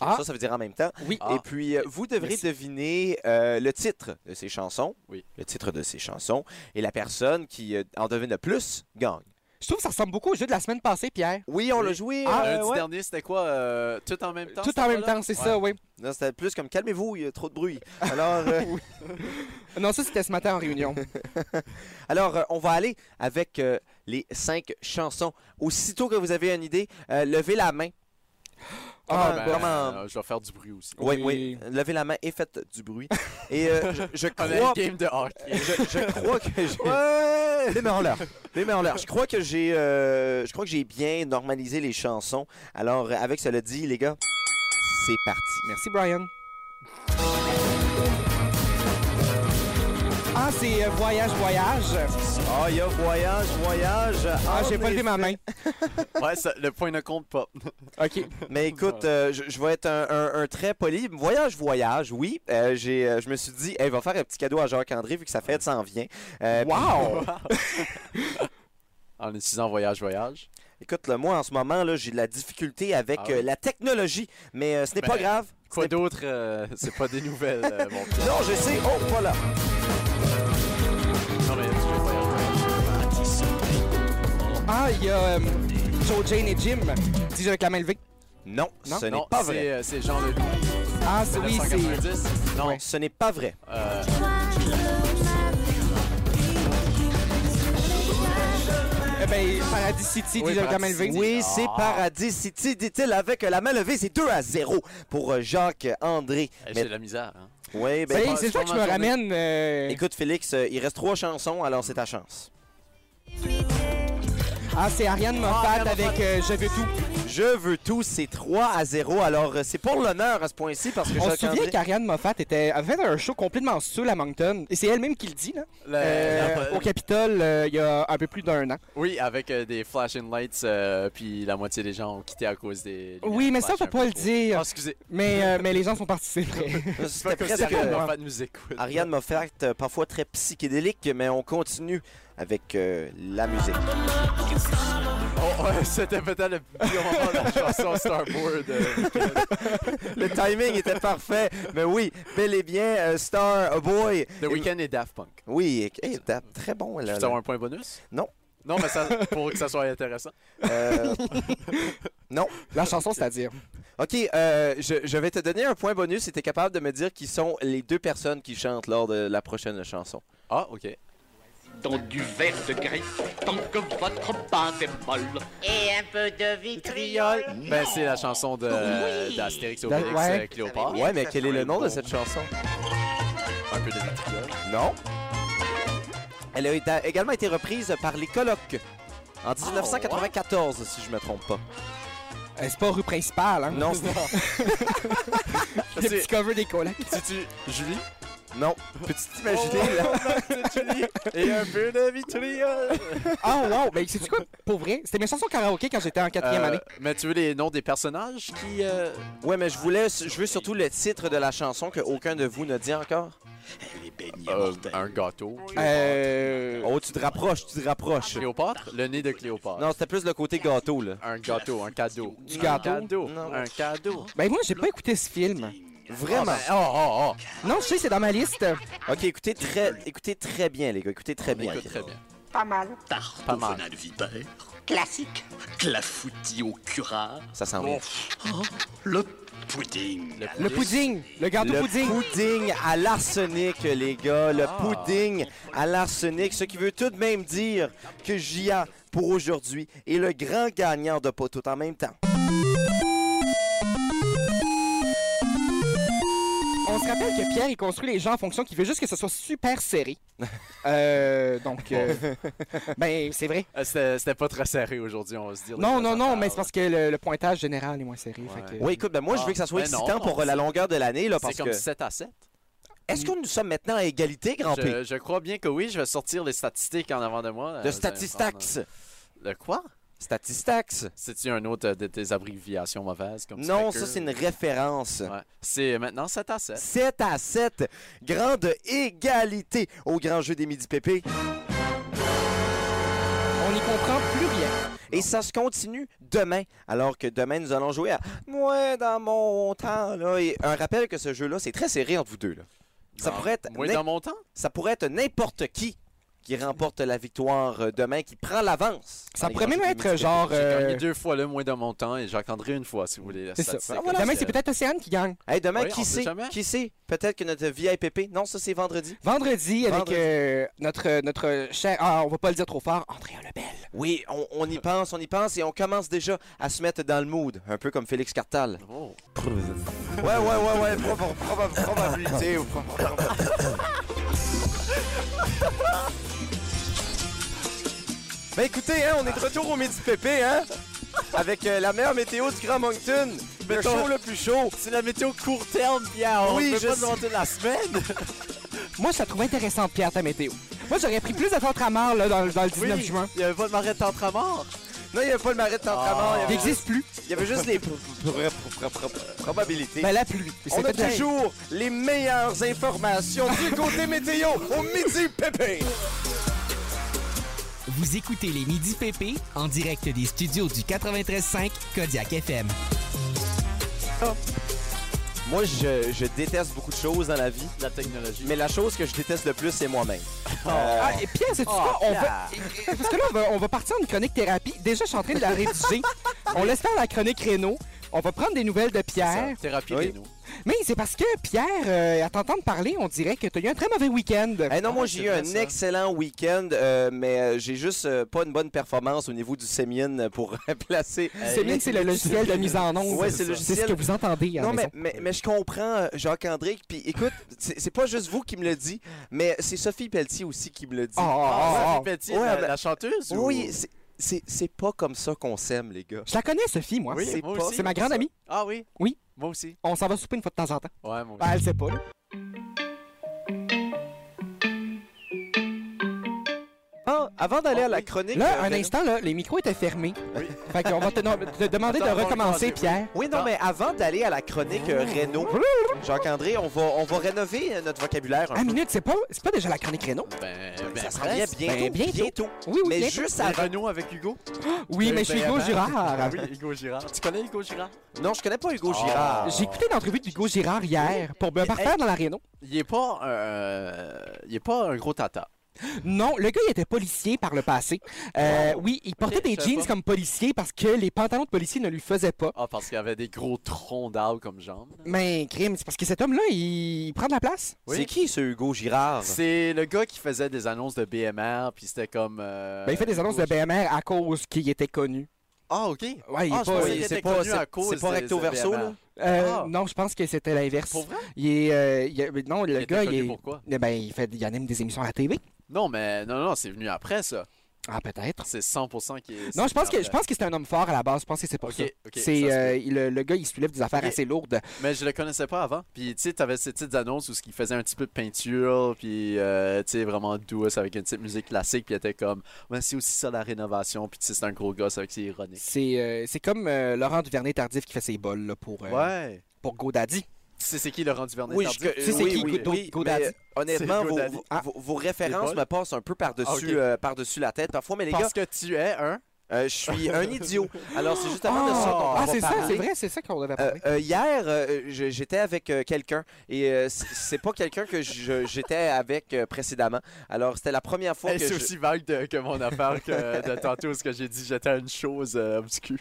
[SPEAKER 3] Ah.
[SPEAKER 1] Ça, ça veut dire en même temps.
[SPEAKER 3] Oui.
[SPEAKER 1] Et puis, euh, vous devrez
[SPEAKER 4] Merci.
[SPEAKER 1] deviner euh, le titre de ces chansons.
[SPEAKER 4] Oui.
[SPEAKER 1] Le titre de ces chansons. Et la personne qui euh, en devine le plus gagne.
[SPEAKER 3] Je trouve que ça ressemble beaucoup au jeu de la semaine passée, Pierre.
[SPEAKER 1] Oui, on
[SPEAKER 4] Oui.
[SPEAKER 1] l'a joué.
[SPEAKER 3] Ah,
[SPEAKER 1] euh,
[SPEAKER 4] Lundi
[SPEAKER 1] ouais.
[SPEAKER 4] dernier, c'était quoi? euh, tout en même temps?
[SPEAKER 3] Tout
[SPEAKER 4] c'était
[SPEAKER 3] en
[SPEAKER 4] pas
[SPEAKER 3] même
[SPEAKER 4] là?
[SPEAKER 3] temps, c'est
[SPEAKER 4] Ouais.
[SPEAKER 3] ça, oui.
[SPEAKER 1] Euh, Non, c'était plus comme calmez-vous, il y a trop de bruit. Alors, euh,
[SPEAKER 3] Non, ça, c'était ce matin en réunion.
[SPEAKER 1] alors euh, on va aller avec euh, les cinq chansons. Aussitôt que vous avez une idée, euh, levez la main.
[SPEAKER 3] Ah,
[SPEAKER 1] Comment-
[SPEAKER 4] ben,
[SPEAKER 1] comment-
[SPEAKER 4] euh, je vais faire du bruit aussi.
[SPEAKER 1] Oui, oui.
[SPEAKER 3] Oui.
[SPEAKER 1] Levez la main et faites du bruit. Et euh, je, je
[SPEAKER 4] On a une
[SPEAKER 1] crois...
[SPEAKER 4] game de hockey.
[SPEAKER 1] Je, je crois que j'ai...
[SPEAKER 6] Ouais!
[SPEAKER 1] Les mains en l'air. Les mains en l'air. Je crois que j'ai, euh, je crois que j'ai bien normalisé les chansons. Alors, euh, avec cela dit, les gars, c'est parti.
[SPEAKER 3] Merci, Brian. Ah, c'est euh, Voyage, Voyage.
[SPEAKER 1] Oh, il y a voyage, voyage.
[SPEAKER 3] Ah, j'ai
[SPEAKER 1] En
[SPEAKER 3] pas levé ma main.
[SPEAKER 4] Ouais, ça- le point ne compte pas.
[SPEAKER 3] OK.
[SPEAKER 1] Mais écoute, euh, je, je vais être un, un- un très poli. Voyage, voyage, oui. Euh, j'ai, euh, je me suis dit, hey, il va faire un petit cadeau à Jacques-André vu que sa fête s'en vient. Euh,
[SPEAKER 3] Wow!
[SPEAKER 4] En utilisant voyage, voyage.
[SPEAKER 1] Écoute, là, moi, en ce moment, là, j'ai de la difficulté avec
[SPEAKER 4] Ah oui.
[SPEAKER 1] euh, la technologie, mais euh, ce n'est
[SPEAKER 4] Ben,
[SPEAKER 1] pas grave. Ce
[SPEAKER 4] Quoi
[SPEAKER 1] n'est-
[SPEAKER 4] d'autre euh, C'est pas des nouvelles, euh, mon petit.
[SPEAKER 1] Non, je sais. Oh, voilà.
[SPEAKER 4] Non, mais parce que voyage, voyage.
[SPEAKER 3] Ah, il y a euh, Joe, Jane et Jim. Dis-je avec la main levée.
[SPEAKER 1] Non,
[SPEAKER 3] Non?
[SPEAKER 1] ce n'est
[SPEAKER 4] Non,
[SPEAKER 1] pas
[SPEAKER 4] c'est,
[SPEAKER 1] vrai.
[SPEAKER 4] euh, c'est Jean Leloup.
[SPEAKER 3] Ah, c'est oui, c'est...
[SPEAKER 4] 1990. Non,
[SPEAKER 3] Ouais.
[SPEAKER 1] Ce n'est pas vrai.
[SPEAKER 4] euh,
[SPEAKER 3] Eh ben, Paradis City,
[SPEAKER 4] Oui,
[SPEAKER 3] dis-je avec la main
[SPEAKER 4] Paradis
[SPEAKER 3] levée.
[SPEAKER 4] City.
[SPEAKER 1] Oui, c'est
[SPEAKER 4] Ah.
[SPEAKER 1] Paradis City, dit-il avec euh, la main levée. C'est 2 à 0 pour euh, Jacques-André.
[SPEAKER 4] j'ai
[SPEAKER 1] Mais-
[SPEAKER 4] de la misère. hein.
[SPEAKER 1] Oui,
[SPEAKER 3] Ça y
[SPEAKER 1] ben,
[SPEAKER 3] est,
[SPEAKER 4] pas-
[SPEAKER 3] c'est
[SPEAKER 4] c'est
[SPEAKER 3] ça
[SPEAKER 4] pas
[SPEAKER 3] que je
[SPEAKER 4] ma
[SPEAKER 3] me
[SPEAKER 4] journée.
[SPEAKER 3] ramène. euh,
[SPEAKER 1] écoute, Félix, euh, il reste trois chansons, alors c'est ta chance.
[SPEAKER 3] Ah, c'est Ariane Moffat
[SPEAKER 1] Ariane
[SPEAKER 3] avec euh, Je veux tout.
[SPEAKER 1] Je veux tout, c'est 3 à 0. Alors, euh, c'est pour l'honneur à ce point-ci parce que
[SPEAKER 3] On se
[SPEAKER 1] Jacques-André-
[SPEAKER 3] souvient qu'Ariane Moffat était, avait fait un show complètement seul à Moncton. Et c'est elle-même qui le dit, là.
[SPEAKER 4] Le-
[SPEAKER 3] Euh,
[SPEAKER 4] la-
[SPEAKER 3] au Capitole, euh, il y a un peu plus d'un an.
[SPEAKER 4] Oui, avec euh, des flashing lights, euh, puis la moitié des gens ont quitté à cause des.
[SPEAKER 3] Oui, mais ça,
[SPEAKER 4] flash
[SPEAKER 3] faut
[SPEAKER 4] un peu
[SPEAKER 3] pas le
[SPEAKER 4] trop.
[SPEAKER 3] dire.
[SPEAKER 4] Ah, excusez.
[SPEAKER 3] Mais, euh, mais les gens sont participés.
[SPEAKER 4] C'est pas
[SPEAKER 1] C'était
[SPEAKER 4] comme
[SPEAKER 1] presque...
[SPEAKER 4] si Ariane
[SPEAKER 1] euh,
[SPEAKER 4] Moffat nous écoute.
[SPEAKER 1] Ariane Moffat, euh, parfois très psychédélique, mais on continue avec euh, la musique.
[SPEAKER 4] Oh, ouais, C'était peut-être le pire moment de la chanson Starboard. euh,
[SPEAKER 1] Le timing était parfait, mais oui, bel et bien, euh, Star Boy.
[SPEAKER 4] The Weeknd et Daft Punk.
[SPEAKER 1] Oui, et- hey, t'as- très bon
[SPEAKER 4] Tu
[SPEAKER 1] là.
[SPEAKER 4] veux
[SPEAKER 1] là.
[SPEAKER 4] avoir un point bonus?
[SPEAKER 1] Non.
[SPEAKER 4] Non, mais ça, pour que ça soit intéressant.
[SPEAKER 1] Euh,
[SPEAKER 3] La chanson, c'est-à-dire.
[SPEAKER 1] ok, euh, je, je vais te donner un point bonus si t'es capable de me dire qui sont les deux personnes qui chantent lors de la prochaine chanson.
[SPEAKER 4] Ah, ok.
[SPEAKER 7] dans du verre de griffe, tant que votre pain est molle.
[SPEAKER 8] Et un peu de vitriol.
[SPEAKER 4] Ben, c'est la chanson de-
[SPEAKER 8] Oui.
[SPEAKER 4] d'Astérix et
[SPEAKER 3] Ben,
[SPEAKER 4] Obélix,
[SPEAKER 3] ouais.
[SPEAKER 4] euh, Cléopâtre.
[SPEAKER 1] Ouais, mais quel est le nom de cette chanson
[SPEAKER 4] Un peu de vitriol.
[SPEAKER 1] Non. Elle a été- également été reprise par les Colocs en 1994, si je me trompe pas.
[SPEAKER 3] Euh, c'est pas rue principale, hein?
[SPEAKER 1] Non, c'est-
[SPEAKER 3] Le petit cover des collègues.
[SPEAKER 4] C'est-tu Julie?
[SPEAKER 1] non. Peux-tu t'imaginer là?
[SPEAKER 4] Julie et un peu de vitriol.
[SPEAKER 3] Ah, wow! Ben, c'est quoi? Pour vrai, c'était mes chansons karaoké quand j'étais en quatrième
[SPEAKER 4] Euh,
[SPEAKER 3] année.
[SPEAKER 4] mais tu veux les noms des personnages qui. euh,
[SPEAKER 1] Ouais, mais je voulais, je veux surtout le titre de la chanson que aucun de vous ne dit encore.
[SPEAKER 4] euh, un gâteau.
[SPEAKER 3] Euh...
[SPEAKER 1] Oh, tu te rapproches, tu te rapproches.
[SPEAKER 4] Cléopâtre? Le nez de Cléopâtre.
[SPEAKER 1] Non, c'était plus le côté gâteau là.
[SPEAKER 4] Un gâteau, un cadeau.
[SPEAKER 3] Du
[SPEAKER 4] Un
[SPEAKER 3] gâteau?
[SPEAKER 4] cadeau.
[SPEAKER 1] Non. Ah,
[SPEAKER 4] Un cadeau.
[SPEAKER 3] Ben, moi, j'ai pas écouté ce film.
[SPEAKER 1] Vraiment.
[SPEAKER 4] Oh, oh, oh.
[SPEAKER 3] Non, je sais, c'est dans ma liste.
[SPEAKER 1] Ok, écoutez très, écoutez très bien les gars, écoutez très bien.
[SPEAKER 4] Écoute très bien.
[SPEAKER 8] Pas mal.
[SPEAKER 7] Tarte
[SPEAKER 4] Pas
[SPEAKER 7] au
[SPEAKER 4] mal.
[SPEAKER 7] venin de vipère,
[SPEAKER 8] Classique.
[SPEAKER 7] clafoutis au curare,
[SPEAKER 1] Ça sent bien.
[SPEAKER 7] le pudding.
[SPEAKER 3] Le pudding. Le gâteau
[SPEAKER 1] Le
[SPEAKER 3] pudding.
[SPEAKER 1] pudding à l'arsenic, les gars. Le
[SPEAKER 4] Ah.
[SPEAKER 1] pudding à l'arsenic. Ce qui veut tout de même dire que Jia, pour aujourd'hui, est le grand gagnant de pas tout en même temps.
[SPEAKER 3] On se rappelle que Pierre, il construit les gens en fonction qu'il veut juste que ce soit super serré. euh, donc, euh, ben, c'est vrai.
[SPEAKER 4] Euh, C'était c'était pas très serré aujourd'hui, on va se dire.
[SPEAKER 3] Non, non, non, mais c'est parce que le, le pointage général est moins serré. fait que-
[SPEAKER 1] Oui, écoute, ben moi, je veux que ça soit
[SPEAKER 4] Ah, ben non,
[SPEAKER 1] excitant pour euh, la longueur de l'année, là,
[SPEAKER 4] C'est
[SPEAKER 1] parce
[SPEAKER 4] comme
[SPEAKER 1] que...
[SPEAKER 4] 7 à 7.
[SPEAKER 1] Est-ce que nous sommes maintenant à égalité, Grand P?
[SPEAKER 4] Je, je crois bien que oui, je vais sortir les statistiques en avant de moi. Euh, vous
[SPEAKER 1] De
[SPEAKER 4] allez
[SPEAKER 1] Statistax.
[SPEAKER 4] prendre, euh, De quoi?
[SPEAKER 1] Statistax?
[SPEAKER 4] C'est-tu un autre euh, de tes abréviations mauvaises comme
[SPEAKER 1] Non,
[SPEAKER 4] Smacker?
[SPEAKER 1] ça, c'est une référence.
[SPEAKER 4] Ouais. C'est maintenant 7 à 7.
[SPEAKER 1] 7 à 7. Grande égalité au grand jeu des midi pépé.
[SPEAKER 3] On y comprend plus rien.
[SPEAKER 1] Et ça se continue demain, alors que demain, nous allons jouer à Moi dans mon temps. Là. Et un rappel que ce jeu-là, c'est très serré entre vous deux. Là. Ça,
[SPEAKER 4] Non.
[SPEAKER 1] pourrait être
[SPEAKER 4] Moi,
[SPEAKER 1] n'im-
[SPEAKER 4] dans mon temps?
[SPEAKER 1] ça pourrait être n'importe qui qui remporte la victoire euh, demain, qui prend l'avance.
[SPEAKER 3] Ça
[SPEAKER 1] dans les
[SPEAKER 3] pourrait même
[SPEAKER 1] enjeux
[SPEAKER 3] être
[SPEAKER 1] féminines.
[SPEAKER 3] genre.
[SPEAKER 4] J'ai gagné
[SPEAKER 3] euh,
[SPEAKER 4] deux fois le moins de mon temps et j'attendrai une fois, si vous voulez. la
[SPEAKER 3] C'est ça.
[SPEAKER 1] Ah,
[SPEAKER 4] statistique.
[SPEAKER 3] Demain,
[SPEAKER 4] Euh,
[SPEAKER 3] c'est peut-être Océane qui gagne.
[SPEAKER 1] Hey, demain,
[SPEAKER 4] Oui, on
[SPEAKER 1] qui
[SPEAKER 4] sait
[SPEAKER 1] sait?
[SPEAKER 4] jamais.
[SPEAKER 1] Qui sait? Peut-être que notre VIPP... Non, ça, c'est vendredi.
[SPEAKER 3] Vendredi, avec
[SPEAKER 1] Vendredi.
[SPEAKER 3] euh, notre, notre cher. Ah, on va pas le dire trop fort, Andrea Lebel.
[SPEAKER 1] Oui, on, on y pense, on y pense, et on commence déjà à se mettre dans le mood, un peu comme Félix Cartal.
[SPEAKER 4] oh.
[SPEAKER 1] Ouais, ouais, ouais, ouais, proba- proba- probabilité. ou proba- ben écoutez, hein, on est de retour au Midi Pépé, hein? Avec euh, la meilleure météo du Grand Moncton. Le
[SPEAKER 4] Mettons-
[SPEAKER 1] show le plus chaud.
[SPEAKER 4] C'est la météo court terme, Pierre. On
[SPEAKER 1] Oui,
[SPEAKER 4] peut
[SPEAKER 1] je
[SPEAKER 4] pas
[SPEAKER 1] sais.
[SPEAKER 4] demander la semaine.
[SPEAKER 3] Moi, je la trouve intéressante, Pierre, ta météo. Moi, j'aurais pris plus de Fort-Amar là, dans, dans le 19
[SPEAKER 4] Oui,
[SPEAKER 3] juin.
[SPEAKER 4] Il n'y avait pas de marais de Tentramar.
[SPEAKER 1] Non, il n'y avait pas le marais de Tentramar,
[SPEAKER 3] Il
[SPEAKER 1] il y avait-
[SPEAKER 3] n'existe plus.
[SPEAKER 1] il y avait juste les pro- pro- pro- pro- pro- probabilités.
[SPEAKER 3] Ben, la pluie.
[SPEAKER 1] On a
[SPEAKER 3] C'était un-
[SPEAKER 1] toujours les meilleures informations du côté météo au Midi Pépé.
[SPEAKER 2] Vous écoutez les Midi PP en direct des studios du 93.5 Kodiak FM.
[SPEAKER 1] Moi, je, je déteste beaucoup de choses dans la vie,
[SPEAKER 4] La technologie.
[SPEAKER 1] mais la chose que je déteste le plus, c'est moi-même.
[SPEAKER 3] Ah, et Pierre, c'est quoi? On va... Parce que là, on va, on va partir en une chronique thérapie. Déjà, je suis en train de la rédiger. on laisse faire la chronique Renault. On va prendre des nouvelles de Pierre.
[SPEAKER 4] Ça, Thérapie
[SPEAKER 1] Oui.
[SPEAKER 4] des nous.
[SPEAKER 3] Mais c'est parce que, Pierre, euh, à t'entendre parler, on dirait que tu as eu un très mauvais week-end.
[SPEAKER 1] Eh non, moi,
[SPEAKER 4] ouais,
[SPEAKER 1] j'ai
[SPEAKER 4] c'est
[SPEAKER 1] eu
[SPEAKER 4] vrai,
[SPEAKER 1] un
[SPEAKER 4] ça.
[SPEAKER 1] excellent week-end, euh, mais euh, j'ai juste euh, pas une bonne performance au niveau du sémien pour euh, placer.
[SPEAKER 3] C'est bien que Euh, c'est le logiciel de mise en onde.
[SPEAKER 1] Ouais, c'est le
[SPEAKER 3] C'est ce
[SPEAKER 1] logiciel.
[SPEAKER 3] que vous entendez. à la
[SPEAKER 1] Non, mais,
[SPEAKER 3] maison.
[SPEAKER 1] mais, mais je comprends, euh, Jacques-André. Puis écoute, c'est c'est pas juste vous qui me le dit, mais c'est Sophie Pelletier aussi qui me le dit.
[SPEAKER 3] Ah, ah, ah,
[SPEAKER 4] Ah,
[SPEAKER 3] ah.
[SPEAKER 4] Sophie Pelletier,
[SPEAKER 1] Ouais,
[SPEAKER 4] la,
[SPEAKER 1] ben-
[SPEAKER 4] la chanteuse? ou-
[SPEAKER 1] oui, c'est- c'est c'est pas comme ça qu'on s'aime, les gars.
[SPEAKER 3] Je la connais, Sophie, moi.
[SPEAKER 4] Oui,
[SPEAKER 3] C'est-
[SPEAKER 4] moi
[SPEAKER 1] pas-
[SPEAKER 4] aussi.
[SPEAKER 3] c'est ma grande amie.
[SPEAKER 4] Ah oui?
[SPEAKER 3] Oui.
[SPEAKER 4] Moi aussi.
[SPEAKER 3] On s'en va souper une fois de temps en temps.
[SPEAKER 4] Ouais, moi aussi.
[SPEAKER 3] Ben, elle sait pas. là.
[SPEAKER 1] Ah, avant d'aller
[SPEAKER 4] Ah,
[SPEAKER 1] à la
[SPEAKER 4] oui.
[SPEAKER 1] chronique.
[SPEAKER 3] Là,
[SPEAKER 1] euh,
[SPEAKER 3] un
[SPEAKER 1] Véro-
[SPEAKER 3] instant, là, les micros étaient fermés.
[SPEAKER 4] Oui.
[SPEAKER 3] Fait qu'on va te, non, te demander
[SPEAKER 4] Attends, on
[SPEAKER 3] de recommencer,
[SPEAKER 4] va recommencer, oui.
[SPEAKER 3] Pierre.
[SPEAKER 1] Oui, non,
[SPEAKER 4] Ah.
[SPEAKER 1] mais avant d'aller à la chronique euh, Renault, Jacques-André, on va, on va rénover euh, notre vocabulaire un
[SPEAKER 3] Ah,
[SPEAKER 1] peu.
[SPEAKER 3] minute, c'est pas, c'est pas déjà la chronique Renault?
[SPEAKER 4] Ben, ben,
[SPEAKER 1] ça s'en vient bientôt,
[SPEAKER 3] Ben, bientôt.
[SPEAKER 1] bientôt.
[SPEAKER 3] Oui, oui,
[SPEAKER 1] Mais
[SPEAKER 3] bien-
[SPEAKER 1] juste
[SPEAKER 4] C'est
[SPEAKER 1] avant...
[SPEAKER 4] Renault avec Hugo?
[SPEAKER 3] Oui, mais je suis Hugo
[SPEAKER 4] Ben,
[SPEAKER 1] Ah.
[SPEAKER 3] Girard. Ah
[SPEAKER 4] oui, Hugo Girard. Tu connais Hugo Girard?
[SPEAKER 1] Non, je connais pas Hugo Girard.
[SPEAKER 3] J'ai écouté l'entrevue de Hugo Girard hier pour me parfaire dans la Renault.
[SPEAKER 4] Il est pas, euh, il est pas un gros tata.
[SPEAKER 3] Non, le gars, il était policier par le passé. Euh, Oui, il portait
[SPEAKER 4] Ok, je
[SPEAKER 3] des
[SPEAKER 4] savais
[SPEAKER 3] jeans
[SPEAKER 4] pas.
[SPEAKER 3] comme policier parce que les pantalons de policier ne lui faisaient pas.
[SPEAKER 4] Ah, parce qu'il avait des gros troncs d'arbre comme jambes.
[SPEAKER 3] Mais, crime, c'est parce que cet homme-là, il... il prend de la place.
[SPEAKER 4] Oui.
[SPEAKER 1] C'est qui ce Hugo Girard?
[SPEAKER 4] C'est le gars qui faisait des annonces de BMR, puis c'était comme... euh,
[SPEAKER 3] Ben, il fait des annonces de BMR à cause qu'il était connu.
[SPEAKER 4] Ah, OK.
[SPEAKER 3] Ouais, il
[SPEAKER 4] Ah,
[SPEAKER 3] est
[SPEAKER 4] je
[SPEAKER 3] pas-
[SPEAKER 4] pensais qu'il
[SPEAKER 1] c'est
[SPEAKER 4] était
[SPEAKER 1] pas-
[SPEAKER 4] connu
[SPEAKER 1] c'est-
[SPEAKER 4] à cause
[SPEAKER 1] c'est pas
[SPEAKER 4] des-
[SPEAKER 1] recto
[SPEAKER 4] des
[SPEAKER 1] verso,
[SPEAKER 4] BMR.
[SPEAKER 1] là?
[SPEAKER 3] Euh,
[SPEAKER 4] Ah.
[SPEAKER 3] Non, je pense que c'était l'inverse.
[SPEAKER 4] Pour vrai?
[SPEAKER 3] Il est. euh, il est- non, le
[SPEAKER 4] Il était
[SPEAKER 3] gars,
[SPEAKER 4] connu
[SPEAKER 3] il est.
[SPEAKER 4] pour quoi?
[SPEAKER 3] Eh Ben, il, fait, il anime des émissions à la TV.
[SPEAKER 4] Non, mais non, non, c'est venu après, ça.
[SPEAKER 3] Ah, peut-être.
[SPEAKER 4] C'est 100% qui est...
[SPEAKER 3] Non, je pense,
[SPEAKER 4] c'est
[SPEAKER 3] que, je pense que c'est un homme fort à la base. Je pense que c'est pour
[SPEAKER 4] Ok,
[SPEAKER 3] ça.
[SPEAKER 4] ok,
[SPEAKER 3] c'est,
[SPEAKER 4] ça se
[SPEAKER 3] euh, il- le, le gars, il soulève des affaires
[SPEAKER 4] Ok.
[SPEAKER 3] assez lourdes.
[SPEAKER 4] Mais je le connaissais pas avant. Puis, tu sais, t'avais ces petites annonces où ce qu'il faisait un petit peu de peinture, puis, euh, tu sais, vraiment douce avec une petite musique classique, puis il était comme, ouais, c'est aussi ça la rénovation, puis, tu sais, c'est un gros gosse avec ses ironiques.
[SPEAKER 3] C'est, euh, c'est comme euh, Laurent Duvernay-Tardif qui fait ses bols là, pour, euh,
[SPEAKER 4] Ouais.
[SPEAKER 3] pour GoDaddy.
[SPEAKER 4] Tu sais, c'est qui Laurent Duvernay?
[SPEAKER 1] Oui, je,
[SPEAKER 4] Tardif?
[SPEAKER 3] Tu sais, c'est
[SPEAKER 1] oui,
[SPEAKER 3] qui,
[SPEAKER 1] oui,
[SPEAKER 3] Godot-
[SPEAKER 1] oui,
[SPEAKER 3] Godaddy?
[SPEAKER 1] mais, euh, honnêtement,
[SPEAKER 4] C'est
[SPEAKER 1] vos,
[SPEAKER 4] Godaddy.
[SPEAKER 1] vos,
[SPEAKER 3] Ah.
[SPEAKER 1] vos- vos références
[SPEAKER 4] C'est bon.
[SPEAKER 1] me passent un peu par-dessus
[SPEAKER 4] Ah, ok.
[SPEAKER 1] euh, par-dessus la tête parfois, mais les gars,
[SPEAKER 4] Parce que tu es un.
[SPEAKER 1] euh, je suis un idiot. Alors, c'est juste avant de ça qu'on
[SPEAKER 3] ah,
[SPEAKER 1] va
[SPEAKER 3] c'est ça,
[SPEAKER 1] parler.
[SPEAKER 3] c'est vrai, c'est ça qu'on devait
[SPEAKER 1] Euh,
[SPEAKER 3] parler.
[SPEAKER 1] euh, hier, euh, je- j'étais avec euh, quelqu'un et euh, c- c'est pas quelqu'un que je- j'étais avec euh, précédemment. Alors, c'était la première fois
[SPEAKER 4] Hey,
[SPEAKER 1] que
[SPEAKER 4] Eh, c'est
[SPEAKER 1] je...
[SPEAKER 4] aussi vague de- que mon affaire que de tantôt, ce que j'ai dit, j'étais à une chose euh, obscure.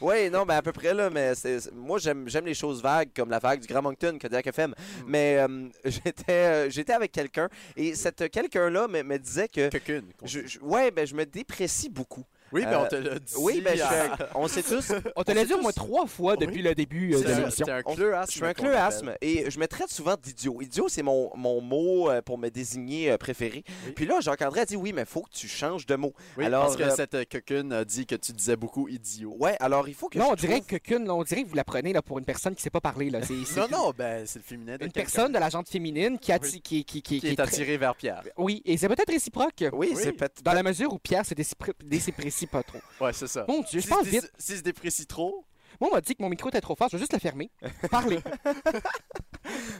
[SPEAKER 1] Oui, non, mais à peu près là, mais c'est- c'est- moi j'aime j'aime les choses vagues comme la vague du Grand Moncton, Kodiak FM.
[SPEAKER 4] Mm.
[SPEAKER 1] Mais euh, j'étais euh, j'étais avec quelqu'un et cette quelqu'un là me, me disait que
[SPEAKER 4] Cocoon. qu'on
[SPEAKER 1] je,
[SPEAKER 4] dit.
[SPEAKER 1] je- ouais, ben je me déprécie beaucoup.
[SPEAKER 4] Oui, mais
[SPEAKER 1] Euh,
[SPEAKER 4] on te l'a dit. ah. hein.
[SPEAKER 1] Oui, ben je suis
[SPEAKER 4] à-
[SPEAKER 1] un- on sait tous,
[SPEAKER 4] Euh,
[SPEAKER 3] On te l'a dit au moins trois fois depuis le début euh,
[SPEAKER 4] C'est
[SPEAKER 3] de
[SPEAKER 4] un-
[SPEAKER 3] l'émission.
[SPEAKER 4] c'est un hein,
[SPEAKER 1] On-
[SPEAKER 4] cleuasme
[SPEAKER 1] je suis un
[SPEAKER 4] qu'on appelle.
[SPEAKER 1] cleuasme et je me traite souvent d'idiot. Idiot, c'est mon, mon mot euh, pour me désigner euh, préféré.
[SPEAKER 4] Oui.
[SPEAKER 1] Puis là, Jacques-André a dit oui, mais faut que tu changes de mot.
[SPEAKER 4] Oui,
[SPEAKER 1] Alors,
[SPEAKER 4] parce que
[SPEAKER 1] euh,
[SPEAKER 4] cette euh, cocoon a dit que tu disais beaucoup idiot.
[SPEAKER 1] Ouais, alors il faut que
[SPEAKER 3] Là,
[SPEAKER 1] je
[SPEAKER 3] on dirait
[SPEAKER 1] trouve-
[SPEAKER 3] que qu'une, là, on dirait que vous la prenez là, pour une personne qui sait pas parler. Là. C'est, c'est
[SPEAKER 4] Non, non, ben c'est le féminin de
[SPEAKER 3] Une
[SPEAKER 4] quelqu'un
[SPEAKER 3] personne de la gente féminine qui, atti- qui, qui, qui-
[SPEAKER 4] qui
[SPEAKER 3] qui
[SPEAKER 4] est
[SPEAKER 3] très-
[SPEAKER 4] attirée vers Pierre.
[SPEAKER 3] Oui, et c'est peut-être réciproque.
[SPEAKER 1] Oui,
[SPEAKER 4] Oui.
[SPEAKER 1] c'est peut-être.
[SPEAKER 3] Dans la mesure où Pierre se décipr- déséprécie pas trop.
[SPEAKER 4] Ouais, c'est ça.
[SPEAKER 3] Mon Dieu, je
[SPEAKER 4] Si-
[SPEAKER 3] parle
[SPEAKER 4] si-
[SPEAKER 3] vite.
[SPEAKER 4] si se déprécie trop,
[SPEAKER 3] Moi, on m'a dit que mon micro était trop fort, je vais juste le fermer. Parlez.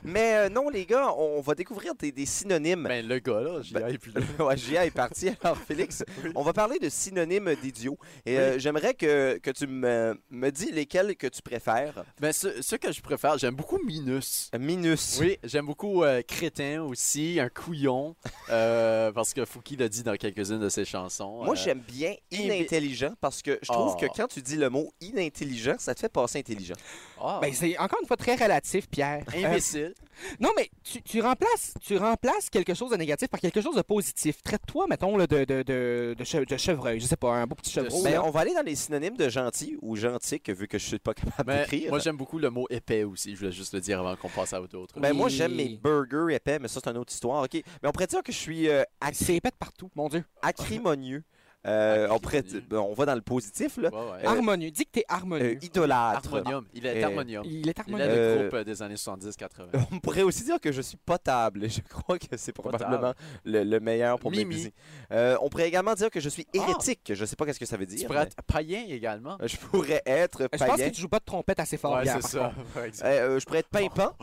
[SPEAKER 1] Mais euh, non, les gars, on va découvrir des, des synonymes.
[SPEAKER 4] Ben, le gars, là, j'y
[SPEAKER 1] Ben-
[SPEAKER 4] aille plus là.
[SPEAKER 1] ouais, J.A. est parti. Alors, Félix, on va parler de synonymes d'idiots. Et euh, j'aimerais que, que tu me, me dis lesquels que tu préfères.
[SPEAKER 4] Ben, ce, ce que je préfère, j'aime beaucoup Minus.
[SPEAKER 1] Minus.
[SPEAKER 4] Oui, j'aime beaucoup euh, Crétin aussi, un couillon, euh, parce que Fouki l'a dit dans quelques-unes de ses chansons.
[SPEAKER 1] Moi,
[SPEAKER 4] euh,
[SPEAKER 1] j'aime bien
[SPEAKER 4] invi-
[SPEAKER 1] inintelligent parce que je trouve
[SPEAKER 4] Oh.
[SPEAKER 1] que quand tu dis le mot inintelligent, ça te fait passer intelligent.
[SPEAKER 4] ah,
[SPEAKER 3] Ben, c'est encore une fois très relatif, Pierre. Euh,
[SPEAKER 4] imbécile.
[SPEAKER 3] non, mais tu, tu remplaces, tu remplaces quelque chose de négatif par quelque chose de positif. Traite-toi, mettons, là, de, de, de, de, che- de chevreuil. Je sais pas, un beau petit chevreau.
[SPEAKER 1] Mais
[SPEAKER 3] là.
[SPEAKER 1] Ben, on va aller dans les synonymes de gentil ou gentique, vu que je suis pas capable
[SPEAKER 4] Mais
[SPEAKER 1] d'écrire.
[SPEAKER 4] Ben, moi, j'aime beaucoup le mot épais aussi. Je voulais juste le dire avant qu'on passe à autre.
[SPEAKER 1] Ben, moi,
[SPEAKER 3] Oui.
[SPEAKER 1] j'aime mes burgers épais, mais ça, c'est une autre histoire. OK. Mais on pourrait dire que je suis euh, acri-
[SPEAKER 3] Ah, C'est épais de partout, mon Dieu.
[SPEAKER 1] acrimonieux. Euh, on, pourrait-
[SPEAKER 4] Acrimonieux.
[SPEAKER 1] ben, on va dans le positif, là.
[SPEAKER 4] Ouais, ouais.
[SPEAKER 1] Euh,
[SPEAKER 3] harmonieux. Dis que t'es harmonieux.
[SPEAKER 1] Euh, idolâtre.
[SPEAKER 4] harmonium. Il est
[SPEAKER 1] euh,
[SPEAKER 4] harmonium.
[SPEAKER 3] Il est
[SPEAKER 4] Il
[SPEAKER 3] harmonieux.
[SPEAKER 4] est
[SPEAKER 1] Euh,
[SPEAKER 4] le groupe euh, des années 70-80.
[SPEAKER 1] On pourrait aussi dire que je suis potable. et Je crois que c'est
[SPEAKER 4] Potable.
[SPEAKER 1] probablement le, le meilleur pour
[SPEAKER 4] Mimi.
[SPEAKER 1] m'épouser. Euh, on pourrait également dire que je suis
[SPEAKER 4] Ah.
[SPEAKER 1] hérétique. Je sais pas qu'est-ce que ça veut dire. Euh,
[SPEAKER 4] Tu pourrais être païen également.
[SPEAKER 1] mais Je pourrais être
[SPEAKER 3] Euh, Je pense que
[SPEAKER 1] païen.
[SPEAKER 3] tu joues pas de trompette assez fort,
[SPEAKER 4] ouais,
[SPEAKER 3] Pierre,
[SPEAKER 4] c'est
[SPEAKER 3] par
[SPEAKER 4] ça.
[SPEAKER 3] contre.
[SPEAKER 4] Ouais, exact.
[SPEAKER 1] Euh, euh, je pourrais être pimpant.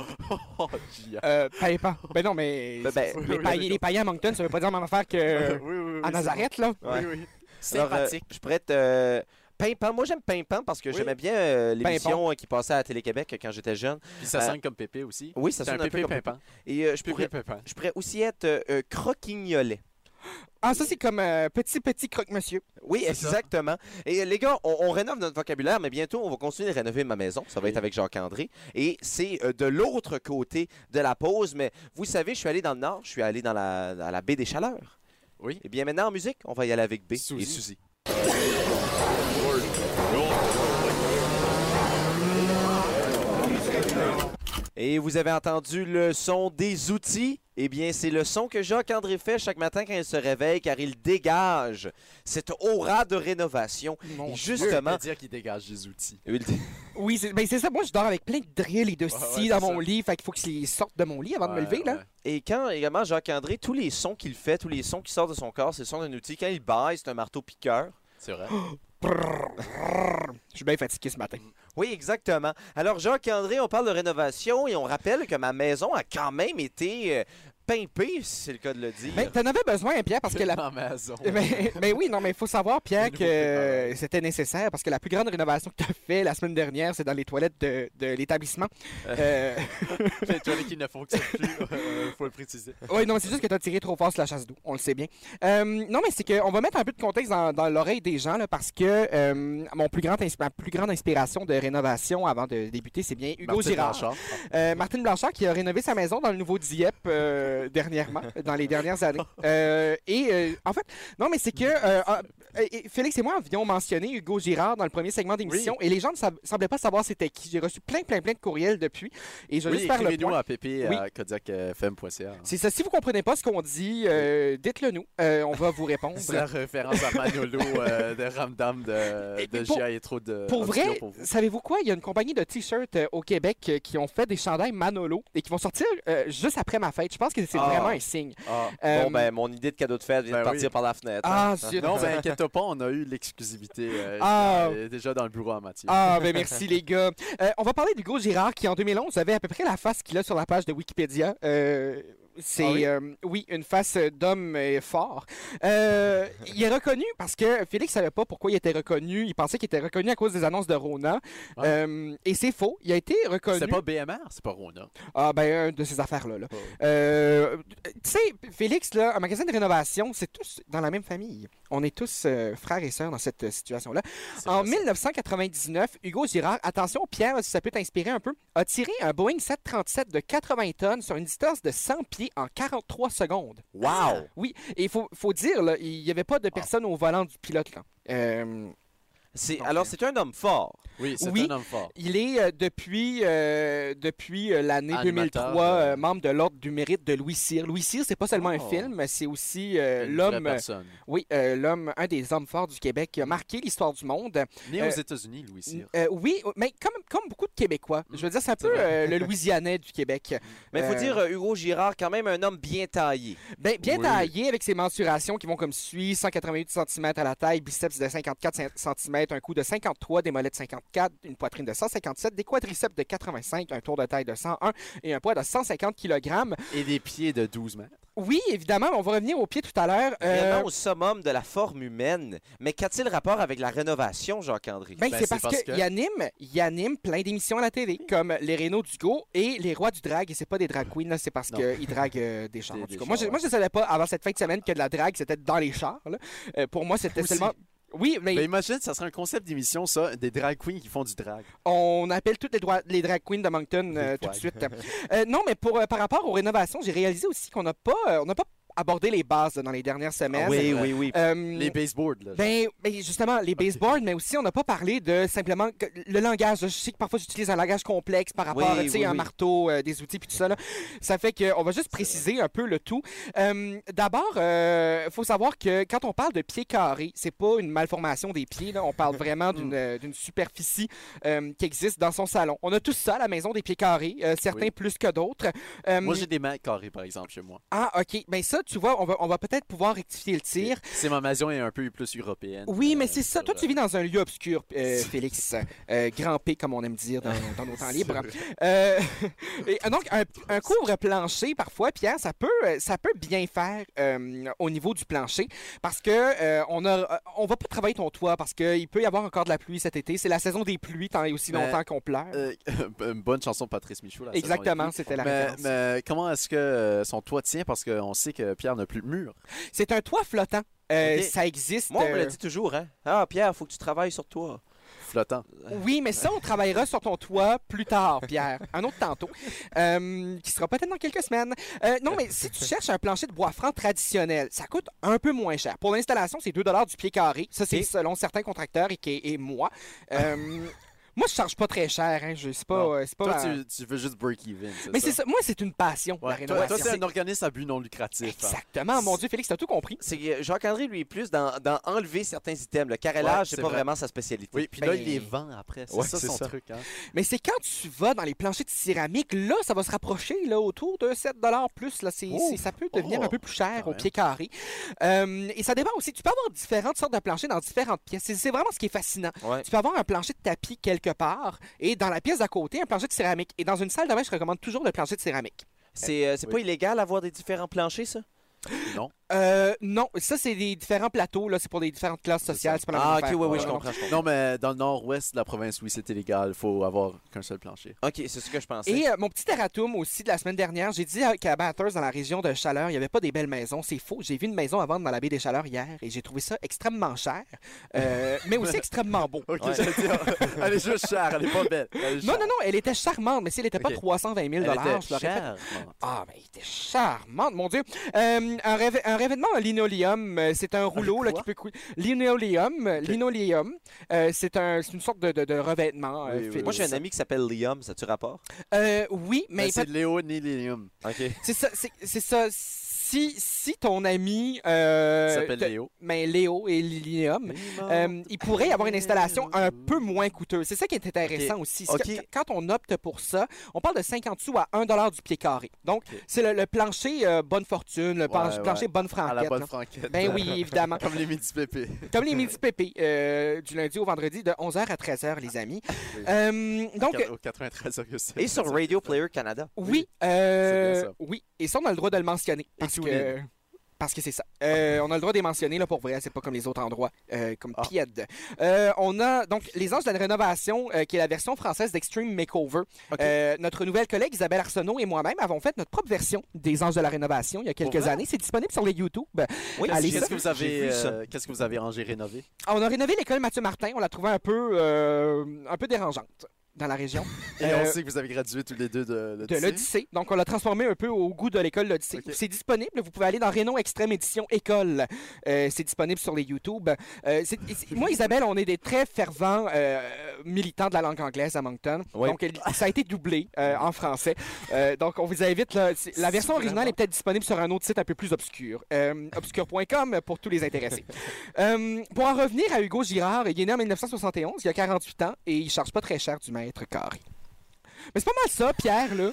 [SPEAKER 4] Oh, Gia.
[SPEAKER 3] Euh, païen. Ben non, mais.
[SPEAKER 1] Ben, ben,
[SPEAKER 3] les, païens, les païens à Moncton, ça veut pas dire la même affaire que.
[SPEAKER 4] Oui, oui, oui,
[SPEAKER 3] à
[SPEAKER 4] c'est
[SPEAKER 3] Nazareth, là.
[SPEAKER 4] bon.
[SPEAKER 1] euh, Ouais.
[SPEAKER 4] Oui, oui.
[SPEAKER 1] Alors, euh,
[SPEAKER 4] Sympathique.
[SPEAKER 1] je pourrais être euh, pimpant. Moi, j'aime pimpant parce que
[SPEAKER 4] Oui.
[SPEAKER 1] j'aimais bien euh,
[SPEAKER 3] Pimpant.
[SPEAKER 1] l'émission euh, qui passait à Télé-Québec quand j'étais jeune.
[SPEAKER 4] Puis ça
[SPEAKER 1] euh,
[SPEAKER 4] sonne comme Pépé aussi.
[SPEAKER 1] Oui, ça
[SPEAKER 4] C'est un
[SPEAKER 1] sonne un, peu
[SPEAKER 4] Pépé
[SPEAKER 1] comme
[SPEAKER 4] pimpant.
[SPEAKER 1] Et euh, je,
[SPEAKER 4] Pépé
[SPEAKER 1] pourrais,
[SPEAKER 4] pimpant.
[SPEAKER 1] je pourrais aussi être euh, euh, croquignolet.
[SPEAKER 3] Ah, ça, c'est comme euh, petit, petit croque-monsieur.
[SPEAKER 1] Oui, exactement. Et euh, les gars, on, on rénove notre vocabulaire, mais bientôt, on va continuer de rénover ma maison. Ça va être avec Jacques-André. Et c'est euh, de l'autre côté de la pause. Mais vous savez, je suis allé dans le Nord, je suis allé dans la, à la baie des Chaleurs.
[SPEAKER 4] Oui.
[SPEAKER 1] Et bien maintenant, en musique, on va y aller avec B et
[SPEAKER 4] Suzy.
[SPEAKER 1] Suzy. Et vous avez entendu le son des outils. Eh bien, c'est le son que Jacques-André fait chaque matin quand il se réveille, car il dégage cette aura de rénovation.
[SPEAKER 3] Mon
[SPEAKER 1] Et
[SPEAKER 4] Ça
[SPEAKER 1] justement,
[SPEAKER 4] veut dire qu'il dégage des outils.
[SPEAKER 1] il dit-
[SPEAKER 3] Oui, c'est ben, c'est ça. Moi, je dors avec plein de drills et de scies
[SPEAKER 4] ouais,
[SPEAKER 3] dans
[SPEAKER 4] c'est
[SPEAKER 3] mon
[SPEAKER 4] ça.
[SPEAKER 3] lit. Fait qu'il faut qu'ils sortent de mon lit avant de me lever, là.
[SPEAKER 1] Et quand également Jacques-André, tous les sons qu'il fait, tous les sons qui sortent de son corps, c'est le son d'un outil. Quand il baille, c'est un marteau piqueur.
[SPEAKER 4] C'est vrai.
[SPEAKER 3] Je suis bien fatigué ce matin.
[SPEAKER 1] Oui, exactement. Alors, Jacques-André, on parle de rénovation et on rappelle que ma maison a quand même été euh, pimpée, si c'est le cas de le dire.
[SPEAKER 3] Mais t'en avais besoin, hein, Pierre, parce que la. Eh ben,
[SPEAKER 4] Dans ma maison.
[SPEAKER 3] mais, mais oui, non, mais il faut savoir, Pierre, que euh, c'était nécessaire parce que la plus grande rénovation que tu as fait la semaine dernière, c'est dans les toilettes de, de l'établissement. Euh,
[SPEAKER 4] Les toilettes qui ne fonctionnent plus, euh, faut le préciser.
[SPEAKER 3] Oui, non, mais c'est juste que t'as tiré trop fort sur la chasse d'eau, on le sait bien. Euh, non, mais c'est qu'on va mettre un peu de contexte dans, dans l'oreille des gens, là, parce que euh, mon plus grand ins- ma plus grande inspiration de rénovation avant de débuter, c'est bien Hugo
[SPEAKER 4] Martin
[SPEAKER 3] Girard.
[SPEAKER 4] Blanchard.
[SPEAKER 3] Euh, Martine Blanchard qui a rénové sa maison dans le nouveau Dieppe euh, dernièrement, dans les dernières années. Euh, et euh, en fait, non, mais c'est que euh, ah, et- et Félix et moi avions mentionné Hugo Girard dans le premier segment d'émission et les gens ne sa- semblaient pas savoir c'était qui. J'ai reçu plein, plein, plein de courriels depuis et je
[SPEAKER 4] Oui,
[SPEAKER 3] vais juste faire le
[SPEAKER 4] écrivez-nous
[SPEAKER 3] point.
[SPEAKER 4] à euh, pp
[SPEAKER 3] Oui.
[SPEAKER 4] à kodiakfm.ca.
[SPEAKER 3] C'est ça. Si vous comprenez pas ce qu'on dit, euh, dites-le nous. Euh, on va vous répondre.
[SPEAKER 4] C'est la référence à Manolo euh, de Ramdam de,
[SPEAKER 3] Et
[SPEAKER 4] de
[SPEAKER 3] pour-
[SPEAKER 4] Gia et trop de.
[SPEAKER 3] Pour
[SPEAKER 4] obscur
[SPEAKER 3] vrai,
[SPEAKER 4] pour vous.
[SPEAKER 3] savez-vous quoi? Il y a une compagnie de t-shirts euh, au Québec euh, qui ont fait des chandails Manolo et qui vont sortir euh, juste après ma fête. Je pense que c'est
[SPEAKER 4] Ah.
[SPEAKER 3] vraiment un signe.
[SPEAKER 4] Ah.
[SPEAKER 3] Euh,
[SPEAKER 1] Bon, ben, mon idée de cadeau de fête vient
[SPEAKER 4] ben
[SPEAKER 1] de partir
[SPEAKER 4] oui.
[SPEAKER 1] par la fenêtre.
[SPEAKER 3] Ah,
[SPEAKER 1] hein.
[SPEAKER 3] zut.
[SPEAKER 4] Non, mais inquiète pas, on a eu l'exclusivité euh,
[SPEAKER 3] Ah.
[SPEAKER 4] euh, déjà dans le bureau à Mathieu.
[SPEAKER 3] Ah, ben merci les gars. Euh, on va parler d'Hugo Girard qui, en 2011, avait à peu près la face qu'il a sur la page de Wikipédia. Euh, c'est,
[SPEAKER 4] Ah oui?
[SPEAKER 3] euh, oui? une face d'homme euh, fort. Euh, il est reconnu parce que Félix savait pas pourquoi il était reconnu. Il pensait qu'il était reconnu à cause des annonces de Rona.
[SPEAKER 4] Ouais.
[SPEAKER 3] Euh, et c'est faux. Il a été reconnu.
[SPEAKER 4] C'est pas BMR, c'est pas Rona.
[SPEAKER 3] Ah, ben, un de ces affaires-là. là. Euh, tu sais, Félix, là, un magasin de rénovation, c'est tous dans la même famille. On est tous euh, frères et sœurs dans cette euh, situation-là.
[SPEAKER 4] C'est
[SPEAKER 3] En
[SPEAKER 4] vrai, ça.
[SPEAKER 3] 1999, Hugo Girard, attention Pierre, si ça peut t'inspirer un peu, a tiré un Boeing 737 de 80 tonnes sur une distance de 100 pieds en 43 secondes.
[SPEAKER 1] Wow!
[SPEAKER 3] Oui, et il faut, faut dire, là, il n'y avait pas de personne au volant du pilote. là. Euh,
[SPEAKER 1] C'est-
[SPEAKER 3] Non,
[SPEAKER 1] Alors,
[SPEAKER 3] mais-
[SPEAKER 1] c'est un homme fort.
[SPEAKER 4] Oui, c'est
[SPEAKER 3] Oui.
[SPEAKER 4] un homme fort.
[SPEAKER 3] il est euh, depuis, euh, depuis euh, l'année
[SPEAKER 4] Animateur,
[SPEAKER 3] 2003 euh,
[SPEAKER 4] euh,
[SPEAKER 3] membre de l'Ordre du mérite de Louis Cyr. Louis Cyr, c'est pas seulement un
[SPEAKER 4] Oh.
[SPEAKER 3] film, c'est aussi euh,
[SPEAKER 4] Une vraie
[SPEAKER 3] l'homme, euh,
[SPEAKER 4] personne.
[SPEAKER 3] oui, euh, l'homme, un des hommes forts du Québec qui a marqué l'histoire du monde.
[SPEAKER 4] Né
[SPEAKER 3] euh,
[SPEAKER 4] aux États-Unis, Louis Cyr.
[SPEAKER 3] Euh, oui, mais comme, comme beaucoup de Québécois. Je veux dire, c'est un peu euh, le Louisianais du Québec.
[SPEAKER 1] Mais il faut
[SPEAKER 3] Euh,
[SPEAKER 1] dire, euh, Hugo Girard, quand même un homme bien taillé.
[SPEAKER 3] Ben, bien
[SPEAKER 4] Oui.
[SPEAKER 3] taillé avec ses mensurations qui vont comme suit 188 cm à la taille, biceps de 54 cm, un coup de 53, des mollets de 50 4, une poitrine de 157, des quadriceps de 85, un tour de taille de 101 et un poids de 150 kg.
[SPEAKER 4] Et des pieds de 12 mètres.
[SPEAKER 3] Oui, évidemment, on va revenir au pied tout à l'heure. Euh,
[SPEAKER 1] Vraiment au summum de la forme humaine. Mais qu'a-t-il rapport avec la rénovation, Jacques-André?
[SPEAKER 3] Ben,
[SPEAKER 4] Ben,
[SPEAKER 3] c'est parce, que qu'il anime, il anime plein d'émissions à la télé, comme Les Rénaux du Go et Les Rois du Drag. Et c'est pas des drag queens, là, c'est parce
[SPEAKER 4] Non.
[SPEAKER 3] qu'ils draguent euh, des chars.
[SPEAKER 4] Des-
[SPEAKER 3] en tout
[SPEAKER 4] des
[SPEAKER 3] cas. moi,
[SPEAKER 4] chars,
[SPEAKER 3] je- moi, je ne savais pas avant cette fin de semaine que de la drague, c'était dans les chars. là. Euh, pour moi, c'était
[SPEAKER 4] Aussi.
[SPEAKER 3] seulement. Oui, mais
[SPEAKER 4] Ben, imagine, ça serait un concept d'émission, ça, des drag queens qui font du drag.
[SPEAKER 3] on appelle toutes les, droi- les drag queens de Moncton euh,
[SPEAKER 4] Des
[SPEAKER 3] tout de
[SPEAKER 4] drags.
[SPEAKER 3] suite. Euh, non, mais pour, euh, par rapport aux rénovations, j'ai réalisé aussi qu'on n'a pas, euh, on n'a pas abordé les bases là, dans les dernières semaines.
[SPEAKER 1] Ah oui, oui, oui.
[SPEAKER 3] Euh,
[SPEAKER 4] Les baseboards, là.
[SPEAKER 3] Ben, ben, justement, les baseboards, mais aussi, on n'a pas parlé de simplement que- le langage. Je sais que parfois, j'utilise un langage complexe par rapport
[SPEAKER 1] Oui,
[SPEAKER 3] tu sais,
[SPEAKER 1] oui,
[SPEAKER 3] un
[SPEAKER 1] oui.
[SPEAKER 3] marteau, euh, des outils, puis tout ça. là. Ça fait qu'on va juste préciser un peu le tout. Euh, D'abord, il faut savoir que quand on parle de pied carré, c'est pas une malformation des pieds. là. On parle vraiment d'une euh, d'une superficie euh, qui existe dans son salon. On a tous ça à la maison, des pieds carrés, euh, certains
[SPEAKER 4] Oui.
[SPEAKER 3] plus que d'autres. Euh,
[SPEAKER 4] Moi, j'ai des mains carrées, par exemple, chez moi.
[SPEAKER 3] ah, OK. Ben ça, tu vois, on va, on va peut-être pouvoir rectifier le tir.
[SPEAKER 4] C'est ma maison est un peu plus européenne.
[SPEAKER 3] Oui, mais
[SPEAKER 4] euh,
[SPEAKER 3] c'est ça. Toi,
[SPEAKER 4] sur,
[SPEAKER 3] tu vis dans un lieu obscur, euh,
[SPEAKER 4] C'est-
[SPEAKER 3] Félix. Euh, grand P, comme on aime dire dans, dans nos temps libres. Euh, et, euh, donc, un, un couvre-plancher, parfois, Pierre, ça peut, euh, ça peut bien faire euh, au niveau du plancher parce que euh, on a, on va pas travailler ton toit parce qu'il peut y avoir encore de la pluie cet été. C'est la saison des pluies, tant et aussi
[SPEAKER 1] Ben,
[SPEAKER 4] Mais-
[SPEAKER 3] longtemps qu'on pleure.
[SPEAKER 4] euh, une bonne chanson de Patrice Michaud. Là, ça,
[SPEAKER 3] Exactement,
[SPEAKER 4] j'en ai
[SPEAKER 3] c'était la
[SPEAKER 4] plus. Mais,
[SPEAKER 3] référence.
[SPEAKER 4] mais comment est-ce que euh, son toit tient? Parce qu'on sait que Pierre n'a plus de mur.
[SPEAKER 3] C'est un toit flottant. Euh,
[SPEAKER 1] Ok.
[SPEAKER 3] Ça existe.
[SPEAKER 1] Moi, on me
[SPEAKER 3] euh,
[SPEAKER 1] le dit toujours, hein? Ah, Pierre, faut que tu travailles sur toi.
[SPEAKER 4] Flottant.
[SPEAKER 3] Euh, Oui, mais ça, on travaillera sur ton toit plus tard, Pierre. Un autre tantôt. Euh, qui sera peut-être dans quelques semaines. Euh, non, mais si tu cherches un plancher de bois franc traditionnel, ça coûte un peu moins cher. Pour l'installation, c'est 2 du pied carré. Ça, c'est
[SPEAKER 1] Et-
[SPEAKER 3] selon certains contracteurs et, qui- et moi. Euh, moi, je charge pas très cher. Hein. Je, c'est pas,
[SPEAKER 4] Non.
[SPEAKER 3] euh, c'est pas
[SPEAKER 4] Toi,
[SPEAKER 3] ma-
[SPEAKER 4] tu, tu veux juste break-even, c'est
[SPEAKER 3] Mais
[SPEAKER 4] ça?
[SPEAKER 3] c'est ça. Moi, c'est une passion, la
[SPEAKER 4] Ouais. Toi,
[SPEAKER 3] rénovation.
[SPEAKER 4] toi, c'est un organisme à but non lucratif. hein.
[SPEAKER 3] Exactement. Mon Dieu, Félix, t'as tout compris.
[SPEAKER 1] C'est que Jacques-André, lui, est plus dans, dans enlever certains items. Le
[SPEAKER 4] Ouais,
[SPEAKER 1] carrelage,
[SPEAKER 4] c'est
[SPEAKER 1] c'est pas
[SPEAKER 4] vrai.
[SPEAKER 1] vraiment sa spécialité.
[SPEAKER 4] Oui, puis
[SPEAKER 3] Ben-
[SPEAKER 4] là, il les vend après. C'est
[SPEAKER 1] Ouais,
[SPEAKER 4] ça
[SPEAKER 1] c'est
[SPEAKER 4] son
[SPEAKER 1] ça.
[SPEAKER 4] truc. Hein.
[SPEAKER 3] Mais c'est quand tu vas dans les planchers de céramique, là, ça va se rapprocher là, autour de 7 plus. Là, C'est-
[SPEAKER 4] Oh!
[SPEAKER 3] c'est- ça peut devenir un
[SPEAKER 4] Oh!
[SPEAKER 3] peu plus cher
[SPEAKER 4] Quand
[SPEAKER 3] au
[SPEAKER 4] même.
[SPEAKER 3] pied carré. Euh, et ça dépend aussi. Tu peux avoir différentes sortes de planchers dans différentes pièces. C'est- C'est vraiment ce qui est fascinant.
[SPEAKER 1] Ouais.
[SPEAKER 3] Tu peux avoir un plancher de tapis quelque part et dans la pièce d'à côté, un plancher de céramique. Et dans une salle de bain, je recommande toujours le plancher de céramique.
[SPEAKER 1] C'est euh, c'est
[SPEAKER 4] Oui.
[SPEAKER 1] pas illégal d'avoir des différents planchers, ça?
[SPEAKER 4] Non.
[SPEAKER 3] Euh, non, ça, c'est des différents plateaux. là, C'est pour des différentes classes
[SPEAKER 4] C'est ça.
[SPEAKER 3] sociales. c'est pas la même
[SPEAKER 1] Ah, ok,
[SPEAKER 3] affaire.
[SPEAKER 1] oui, oui,
[SPEAKER 3] Non,
[SPEAKER 1] je
[SPEAKER 3] non, non.
[SPEAKER 1] comprends. je comprends.
[SPEAKER 4] Non, mais dans le nord-ouest de la province, oui, c'est illégal. Il faut avoir qu'un seul plancher.
[SPEAKER 1] Ok, c'est ce que je pensais.
[SPEAKER 3] Et euh, mon petit erratum aussi de la semaine dernière, j'ai dit à- qu'à Bathurst, dans la région de Chaleur, il n'y avait pas des belles maisons. C'est faux. J'ai vu une maison à vendre dans la baie des Chaleurs hier et j'ai trouvé ça extrêmement cher, euh, mais aussi extrêmement beau.
[SPEAKER 4] Ok, j'allais dire, elle est juste chère, elle est pas belle. Elle est
[SPEAKER 3] Non,
[SPEAKER 4] chère.
[SPEAKER 3] non, non, elle était charmante, mais si elle n'était pas
[SPEAKER 4] Ok.
[SPEAKER 3] 320 000
[SPEAKER 4] Elle était
[SPEAKER 3] je l'aurais fait.
[SPEAKER 4] chère. Non.
[SPEAKER 3] Ah, mais elle était charmante, mon Dieu. Euh, un, rêve- un revêtement en linoléum, euh, c'est un rouleau là, qui
[SPEAKER 4] quoi?
[SPEAKER 3] peut couler. Linoléum, euh,
[SPEAKER 4] Ok.
[SPEAKER 3] linoléum, euh, c'est un, c'est une sorte de, de- de revêtement. euh,
[SPEAKER 4] Oui, oui,
[SPEAKER 3] Félix.
[SPEAKER 1] Moi, j'ai un ami qui s'appelle Liam, ça tu rapport?
[SPEAKER 3] Euh, oui, mais,
[SPEAKER 4] Mais Ben, c'est Léo Nilium.
[SPEAKER 1] Ok.
[SPEAKER 3] C'est ça, c'est c'est ça. Si, si ton ami. euh,
[SPEAKER 4] Il s'appelle
[SPEAKER 3] te-
[SPEAKER 4] Léo.
[SPEAKER 3] ben, Léo et Lilium. euh, il pourrait y avoir une installation un peu moins coûteuse. C'est ça qui est intéressant aussi. C'est
[SPEAKER 1] Ok.
[SPEAKER 3] que- Quand on opte pour ça, on parle de 50 sous à 1 du pied carré. Donc,
[SPEAKER 4] Ok.
[SPEAKER 3] c'est le, le plancher euh, bonne fortune, le plan-
[SPEAKER 4] ouais.
[SPEAKER 3] plancher bonne
[SPEAKER 4] à la
[SPEAKER 3] franquette.
[SPEAKER 4] bonne
[SPEAKER 3] là.
[SPEAKER 4] franquette.
[SPEAKER 3] Ben oui, évidemment.
[SPEAKER 4] Comme les midi pépés.
[SPEAKER 3] Comme les midi pépés, euh, du lundi au vendredi, de 11h à 13h, les amis.
[SPEAKER 4] Oui.
[SPEAKER 3] Euh, donc,
[SPEAKER 4] Au 93 Auguste.
[SPEAKER 1] Et sur Radio Player Canada.
[SPEAKER 3] Oui, euh,
[SPEAKER 4] c'est bien ça.
[SPEAKER 3] oui, et ça, on a le droit de le mentionner. Parce
[SPEAKER 4] tout Ah.
[SPEAKER 3] que, parce que c'est ça. Euh, on a le droit de les mentionner, là, pour vrai, c'est pas comme les autres endroits, euh, comme
[SPEAKER 4] Ah.
[SPEAKER 3] Pied. Euh, on a donc Les Anges de la Rénovation, euh, qui est la version française d'Extreme Makeover.
[SPEAKER 1] Ok.
[SPEAKER 3] Euh, notre nouvelle collègue Isabelle Arsenault et moi-même avons fait notre propre version des Anges de la Rénovation il y a quelques
[SPEAKER 4] vrai?
[SPEAKER 3] années. C'est disponible sur les YouTube.
[SPEAKER 1] Oui,
[SPEAKER 3] Allez,
[SPEAKER 1] c'est
[SPEAKER 4] Qu'est-ce
[SPEAKER 1] ça.
[SPEAKER 4] que vous avez,
[SPEAKER 1] J'ai vu ça.
[SPEAKER 4] euh, qu'est-ce que vous avez rangé rénové
[SPEAKER 3] Ah, On a rénové l'école Mathieu Martin. On l'a trouvée un peu, euh, un peu dérangeante dans la région.
[SPEAKER 4] Et
[SPEAKER 3] Euh,
[SPEAKER 4] on sait que vous avez gradué tous les deux de,
[SPEAKER 3] de l'Odyssée. Donc, on l'a transformé un peu au goût de l'école l'Odyssée.
[SPEAKER 4] Ok.
[SPEAKER 3] C'est disponible. Vous pouvez aller dans Renault Extrême Édition École. Euh, c'est disponible sur les YouTube. Euh, c'est- c'est- moi, Isabelle, on est des très fervents euh, militants de la langue anglaise à Moncton.
[SPEAKER 1] Oui.
[SPEAKER 3] Donc, elle- ça a été doublé euh, en français. Euh, donc, on vous invite. là, c'est- la version originale est peut-être disponible sur un autre site un peu plus obscur. Euh, obscur.com pour tous les intéressés. Euh, pour en revenir à Hugo Girard, il est né en 1971, il a 48 ans et il charge pas très cher du mètre carré. Mais c'est pas mal ça, Pierre, là.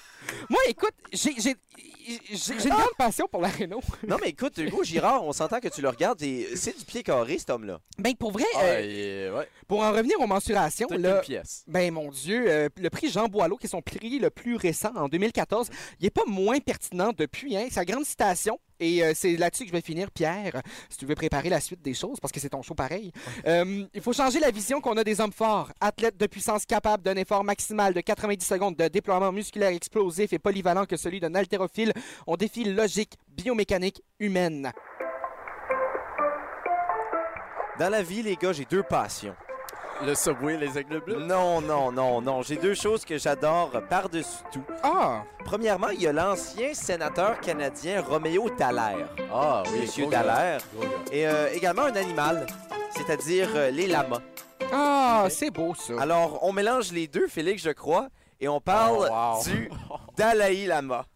[SPEAKER 3] Moi, écoute, j'ai j'ai- j'ai-
[SPEAKER 4] Ah!
[SPEAKER 3] j'ai une grande passion pour la Renault.
[SPEAKER 1] Non, mais écoute, Hugo Girard, on s'entend que tu le regardes et c'est du pied carré, cet homme-là.
[SPEAKER 3] Ben, pour vrai,
[SPEAKER 4] Ah,
[SPEAKER 3] euh,
[SPEAKER 4] et- ouais,
[SPEAKER 3] pour en revenir aux mensurations,
[SPEAKER 4] toute
[SPEAKER 3] là,
[SPEAKER 4] une pièce.
[SPEAKER 3] Ben mon Dieu, euh, le prix Jean Boileau, qui est son prix le plus récent en 2014, il n'est pas moins pertinent depuis. Hein. Sa grande citation, et euh, c'est là-dessus que je vais finir, Pierre, si tu veux préparer la suite des choses, parce que c'est ton show pareil. Euh, il faut changer la vision qu'on a des hommes forts, athlètes de puissance capable d'un effort maximal de 90 secondes de déploiement musculaire explosif et polyvalent que celui d'un haltérophile. On défie logique, biomécanique, humaine.
[SPEAKER 1] Dans la vie, les gars, j'ai deux passions.
[SPEAKER 4] Le subway, les aigles bleus.
[SPEAKER 1] Non, non, non, non. J'ai deux choses que j'adore par-dessus tout.
[SPEAKER 3] Ah!
[SPEAKER 1] Premièrement, il y a l'ancien sénateur canadien Roméo Dallaire.
[SPEAKER 4] Ah oui,
[SPEAKER 1] Monsieur
[SPEAKER 4] gros gars.
[SPEAKER 1] Dallaire.
[SPEAKER 3] Mm.
[SPEAKER 4] Gros gars.
[SPEAKER 1] Et euh, également un animal, c'est-à-dire euh, les lamas.
[SPEAKER 3] Ah, c'est beau
[SPEAKER 4] Oh.
[SPEAKER 3] ça!
[SPEAKER 1] Alors, on mélange les deux, Félix, je crois, et on parle
[SPEAKER 4] Oh, wow.
[SPEAKER 1] du Dalai Lama.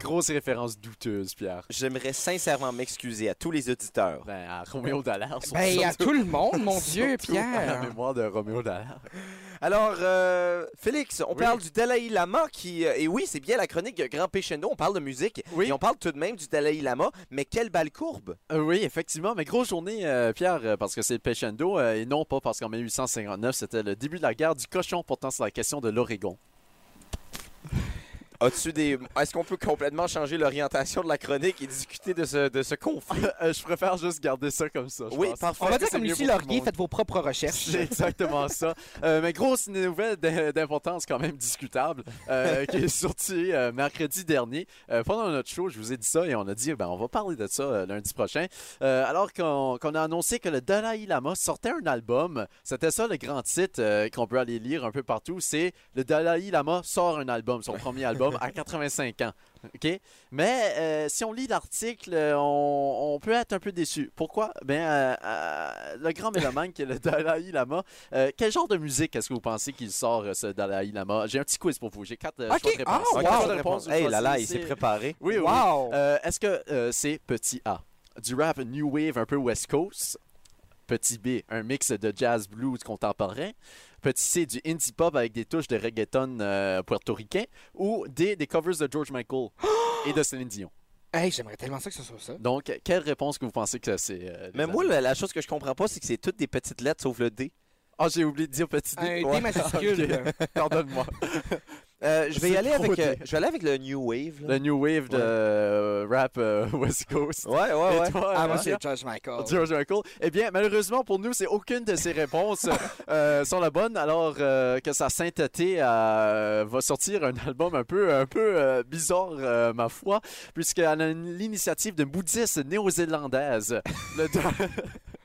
[SPEAKER 4] Grosse référence douteuse, Pierre.
[SPEAKER 1] J'aimerais sincèrement m'excuser à tous les auditeurs.
[SPEAKER 4] Ben, à Roméo Dallaire. surtout-
[SPEAKER 3] Ben, à tout le monde, mon Dieu,
[SPEAKER 4] surtout À la
[SPEAKER 3] Pierre!
[SPEAKER 4] mémoire de Roméo Dallaire.
[SPEAKER 1] Alors, euh, Félix, on parle du Dalai Lama qui... euh, et oui, c'est bien la chronique Grand Péchendo, on parle de musique,
[SPEAKER 4] Oui.
[SPEAKER 1] et on parle tout de même du Dalai Lama, mais quelle balle courbe!
[SPEAKER 4] Euh, oui, effectivement. Mais grosse journée, euh, Pierre, euh, parce que c'est le Pechendo, euh, et non pas parce qu'en 1859, c'était le début de la guerre du cochon, pourtant c'est la question de l'Oregon.
[SPEAKER 1] As-tu des... Est-ce qu'on peut complètement changer l'orientation de la chronique et discuter de ce, de ce conflit?
[SPEAKER 4] Euh, je préfère juste garder ça comme ça. je
[SPEAKER 1] Ah, Oui,
[SPEAKER 4] pense.
[SPEAKER 1] parfait.
[SPEAKER 3] On va
[SPEAKER 4] Parce
[SPEAKER 3] dire
[SPEAKER 4] que
[SPEAKER 3] comme Lucie
[SPEAKER 4] c'est mieux pour tout le
[SPEAKER 3] Laurier,
[SPEAKER 4] monde.
[SPEAKER 3] faites vos propres recherches.
[SPEAKER 4] C'est exactement ça. Euh, mais grosse nouvelle d'im- d'importance quand même discutable euh, qui est sortie euh, mercredi dernier. Euh, pendant notre show, je vous ai dit ça et on a dit ben, on va parler de ça euh, lundi prochain. Euh, alors qu'on qu'on a annoncé que le Dalai Lama sortait un album, c'était ça le grand titre euh, qu'on peut aller lire un peu partout, c'est le Dalai Lama sort un album, son premier album à 85 ans. OK? Mais euh, si on lit l'article, euh, on, on peut être un peu déçu. Pourquoi? Ben, euh, euh, le grand mélomane qui est le Dalai Lama, euh, quel genre de musique est-ce que vous pensez qu'il sort, euh, ce Dalai Lama? J'ai un petit quiz pour vous. J'ai quatre euh,
[SPEAKER 3] Ok.
[SPEAKER 4] choix de réponse.
[SPEAKER 3] Ah, wow.
[SPEAKER 4] Quatre choix de
[SPEAKER 1] Bonne réponse.
[SPEAKER 4] réponse.
[SPEAKER 1] Hey,
[SPEAKER 4] Vous
[SPEAKER 1] là, là, il
[SPEAKER 4] choisissez-
[SPEAKER 1] s'est préparé.
[SPEAKER 4] Oui, oui.
[SPEAKER 3] Wow!
[SPEAKER 4] Euh, est-ce que euh, c'est petit A, du rap New Wave un peu West Coast? Petit B, un mix de jazz blues contemporain. Petit C, du indie pop avec des touches de reggaeton euh, puertoricain. Ou D, des covers de George Michael et de Céline Dion.
[SPEAKER 3] Euh, Hey, j'aimerais tellement ça que ce soit ça.
[SPEAKER 4] Donc, quelle réponse que vous pensez que c'est euh, les
[SPEAKER 1] Mais moi,
[SPEAKER 4] amis?
[SPEAKER 1] la, la chose que je comprends pas, c'est que c'est toutes des petites lettres sauf le D.
[SPEAKER 4] Ah, j'ai oublié de dire petit
[SPEAKER 3] Un
[SPEAKER 4] D.
[SPEAKER 3] D
[SPEAKER 4] Ouais.
[SPEAKER 3] majuscule.
[SPEAKER 4] Ok, Pardonne-moi.
[SPEAKER 1] Euh, je vais y
[SPEAKER 4] C'est
[SPEAKER 1] aller
[SPEAKER 4] trop
[SPEAKER 1] avec, euh,
[SPEAKER 4] D.
[SPEAKER 1] je vais aller avec le New Wave. là.
[SPEAKER 4] Le New Wave de
[SPEAKER 1] Ouais.
[SPEAKER 4] euh, rap euh, West Coast.
[SPEAKER 1] Ouais, ouais,
[SPEAKER 4] Et
[SPEAKER 1] ouais.
[SPEAKER 4] toi,
[SPEAKER 3] Ah,
[SPEAKER 4] Laurent?
[SPEAKER 3] moi, c'est George Michael.
[SPEAKER 4] George Michael. Eh bien, malheureusement pour nous, c'est aucune de ces réponses euh, sont la bonne. Alors euh, que sa sainteté euh, va sortir un album un peu, un peu euh, bizarre, euh, ma foi, puisqu'à l'initiative d'une bouddhiste néo-zélandaise, le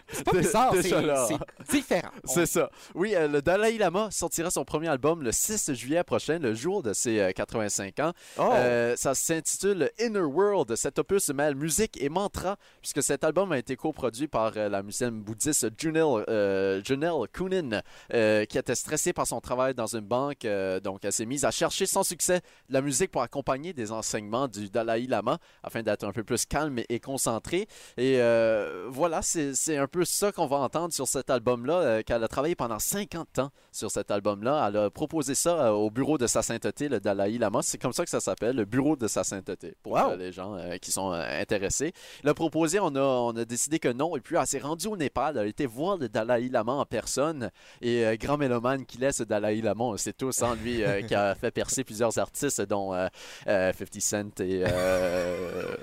[SPEAKER 3] C'est pas
[SPEAKER 4] Dé-
[SPEAKER 3] bizarre, c'est
[SPEAKER 4] déjà là.
[SPEAKER 3] c'est différent.
[SPEAKER 4] C'est ça. Oui, euh, le Dalai Lama sortira son premier album le 6 juillet prochain, le jour de ses euh, 85 ans.
[SPEAKER 1] Oh.
[SPEAKER 4] Euh, ça s'intitule Inner World. Cet opus mêle musique et mantra, puisque cet album a été coproduit par euh, la musicienne bouddhiste Junel, euh, Junel Kunin, euh, qui était stressée par son travail dans une banque. euh, donc, elle s'est mise à chercher sans succès de la musique pour accompagner des enseignements du Dalai Lama, afin d'être un peu plus calme et concentrée. Et euh, voilà, c'est c'est un peu ça qu'on va entendre sur cet album-là, euh, qu'elle a travaillé pendant 50 ans sur cet album-là. Elle a proposé ça euh, au bureau de sa sainteté, le Dalai Lama. C'est comme ça que ça s'appelle, le bureau de sa sainteté, pour
[SPEAKER 1] Wow.
[SPEAKER 4] euh, les gens euh, qui sont euh, intéressés. Elle a proposé, on a, on a décidé que non. Et puis, elle s'est rendue au Népal, elle a été voir le Dalai Lama en personne. Et euh, grand mélomane qu'il est, ce Dalai Lama, on le sait tous, hein, lui, euh, qui a fait percer plusieurs artistes, dont euh, euh, 50 Cent et... euh,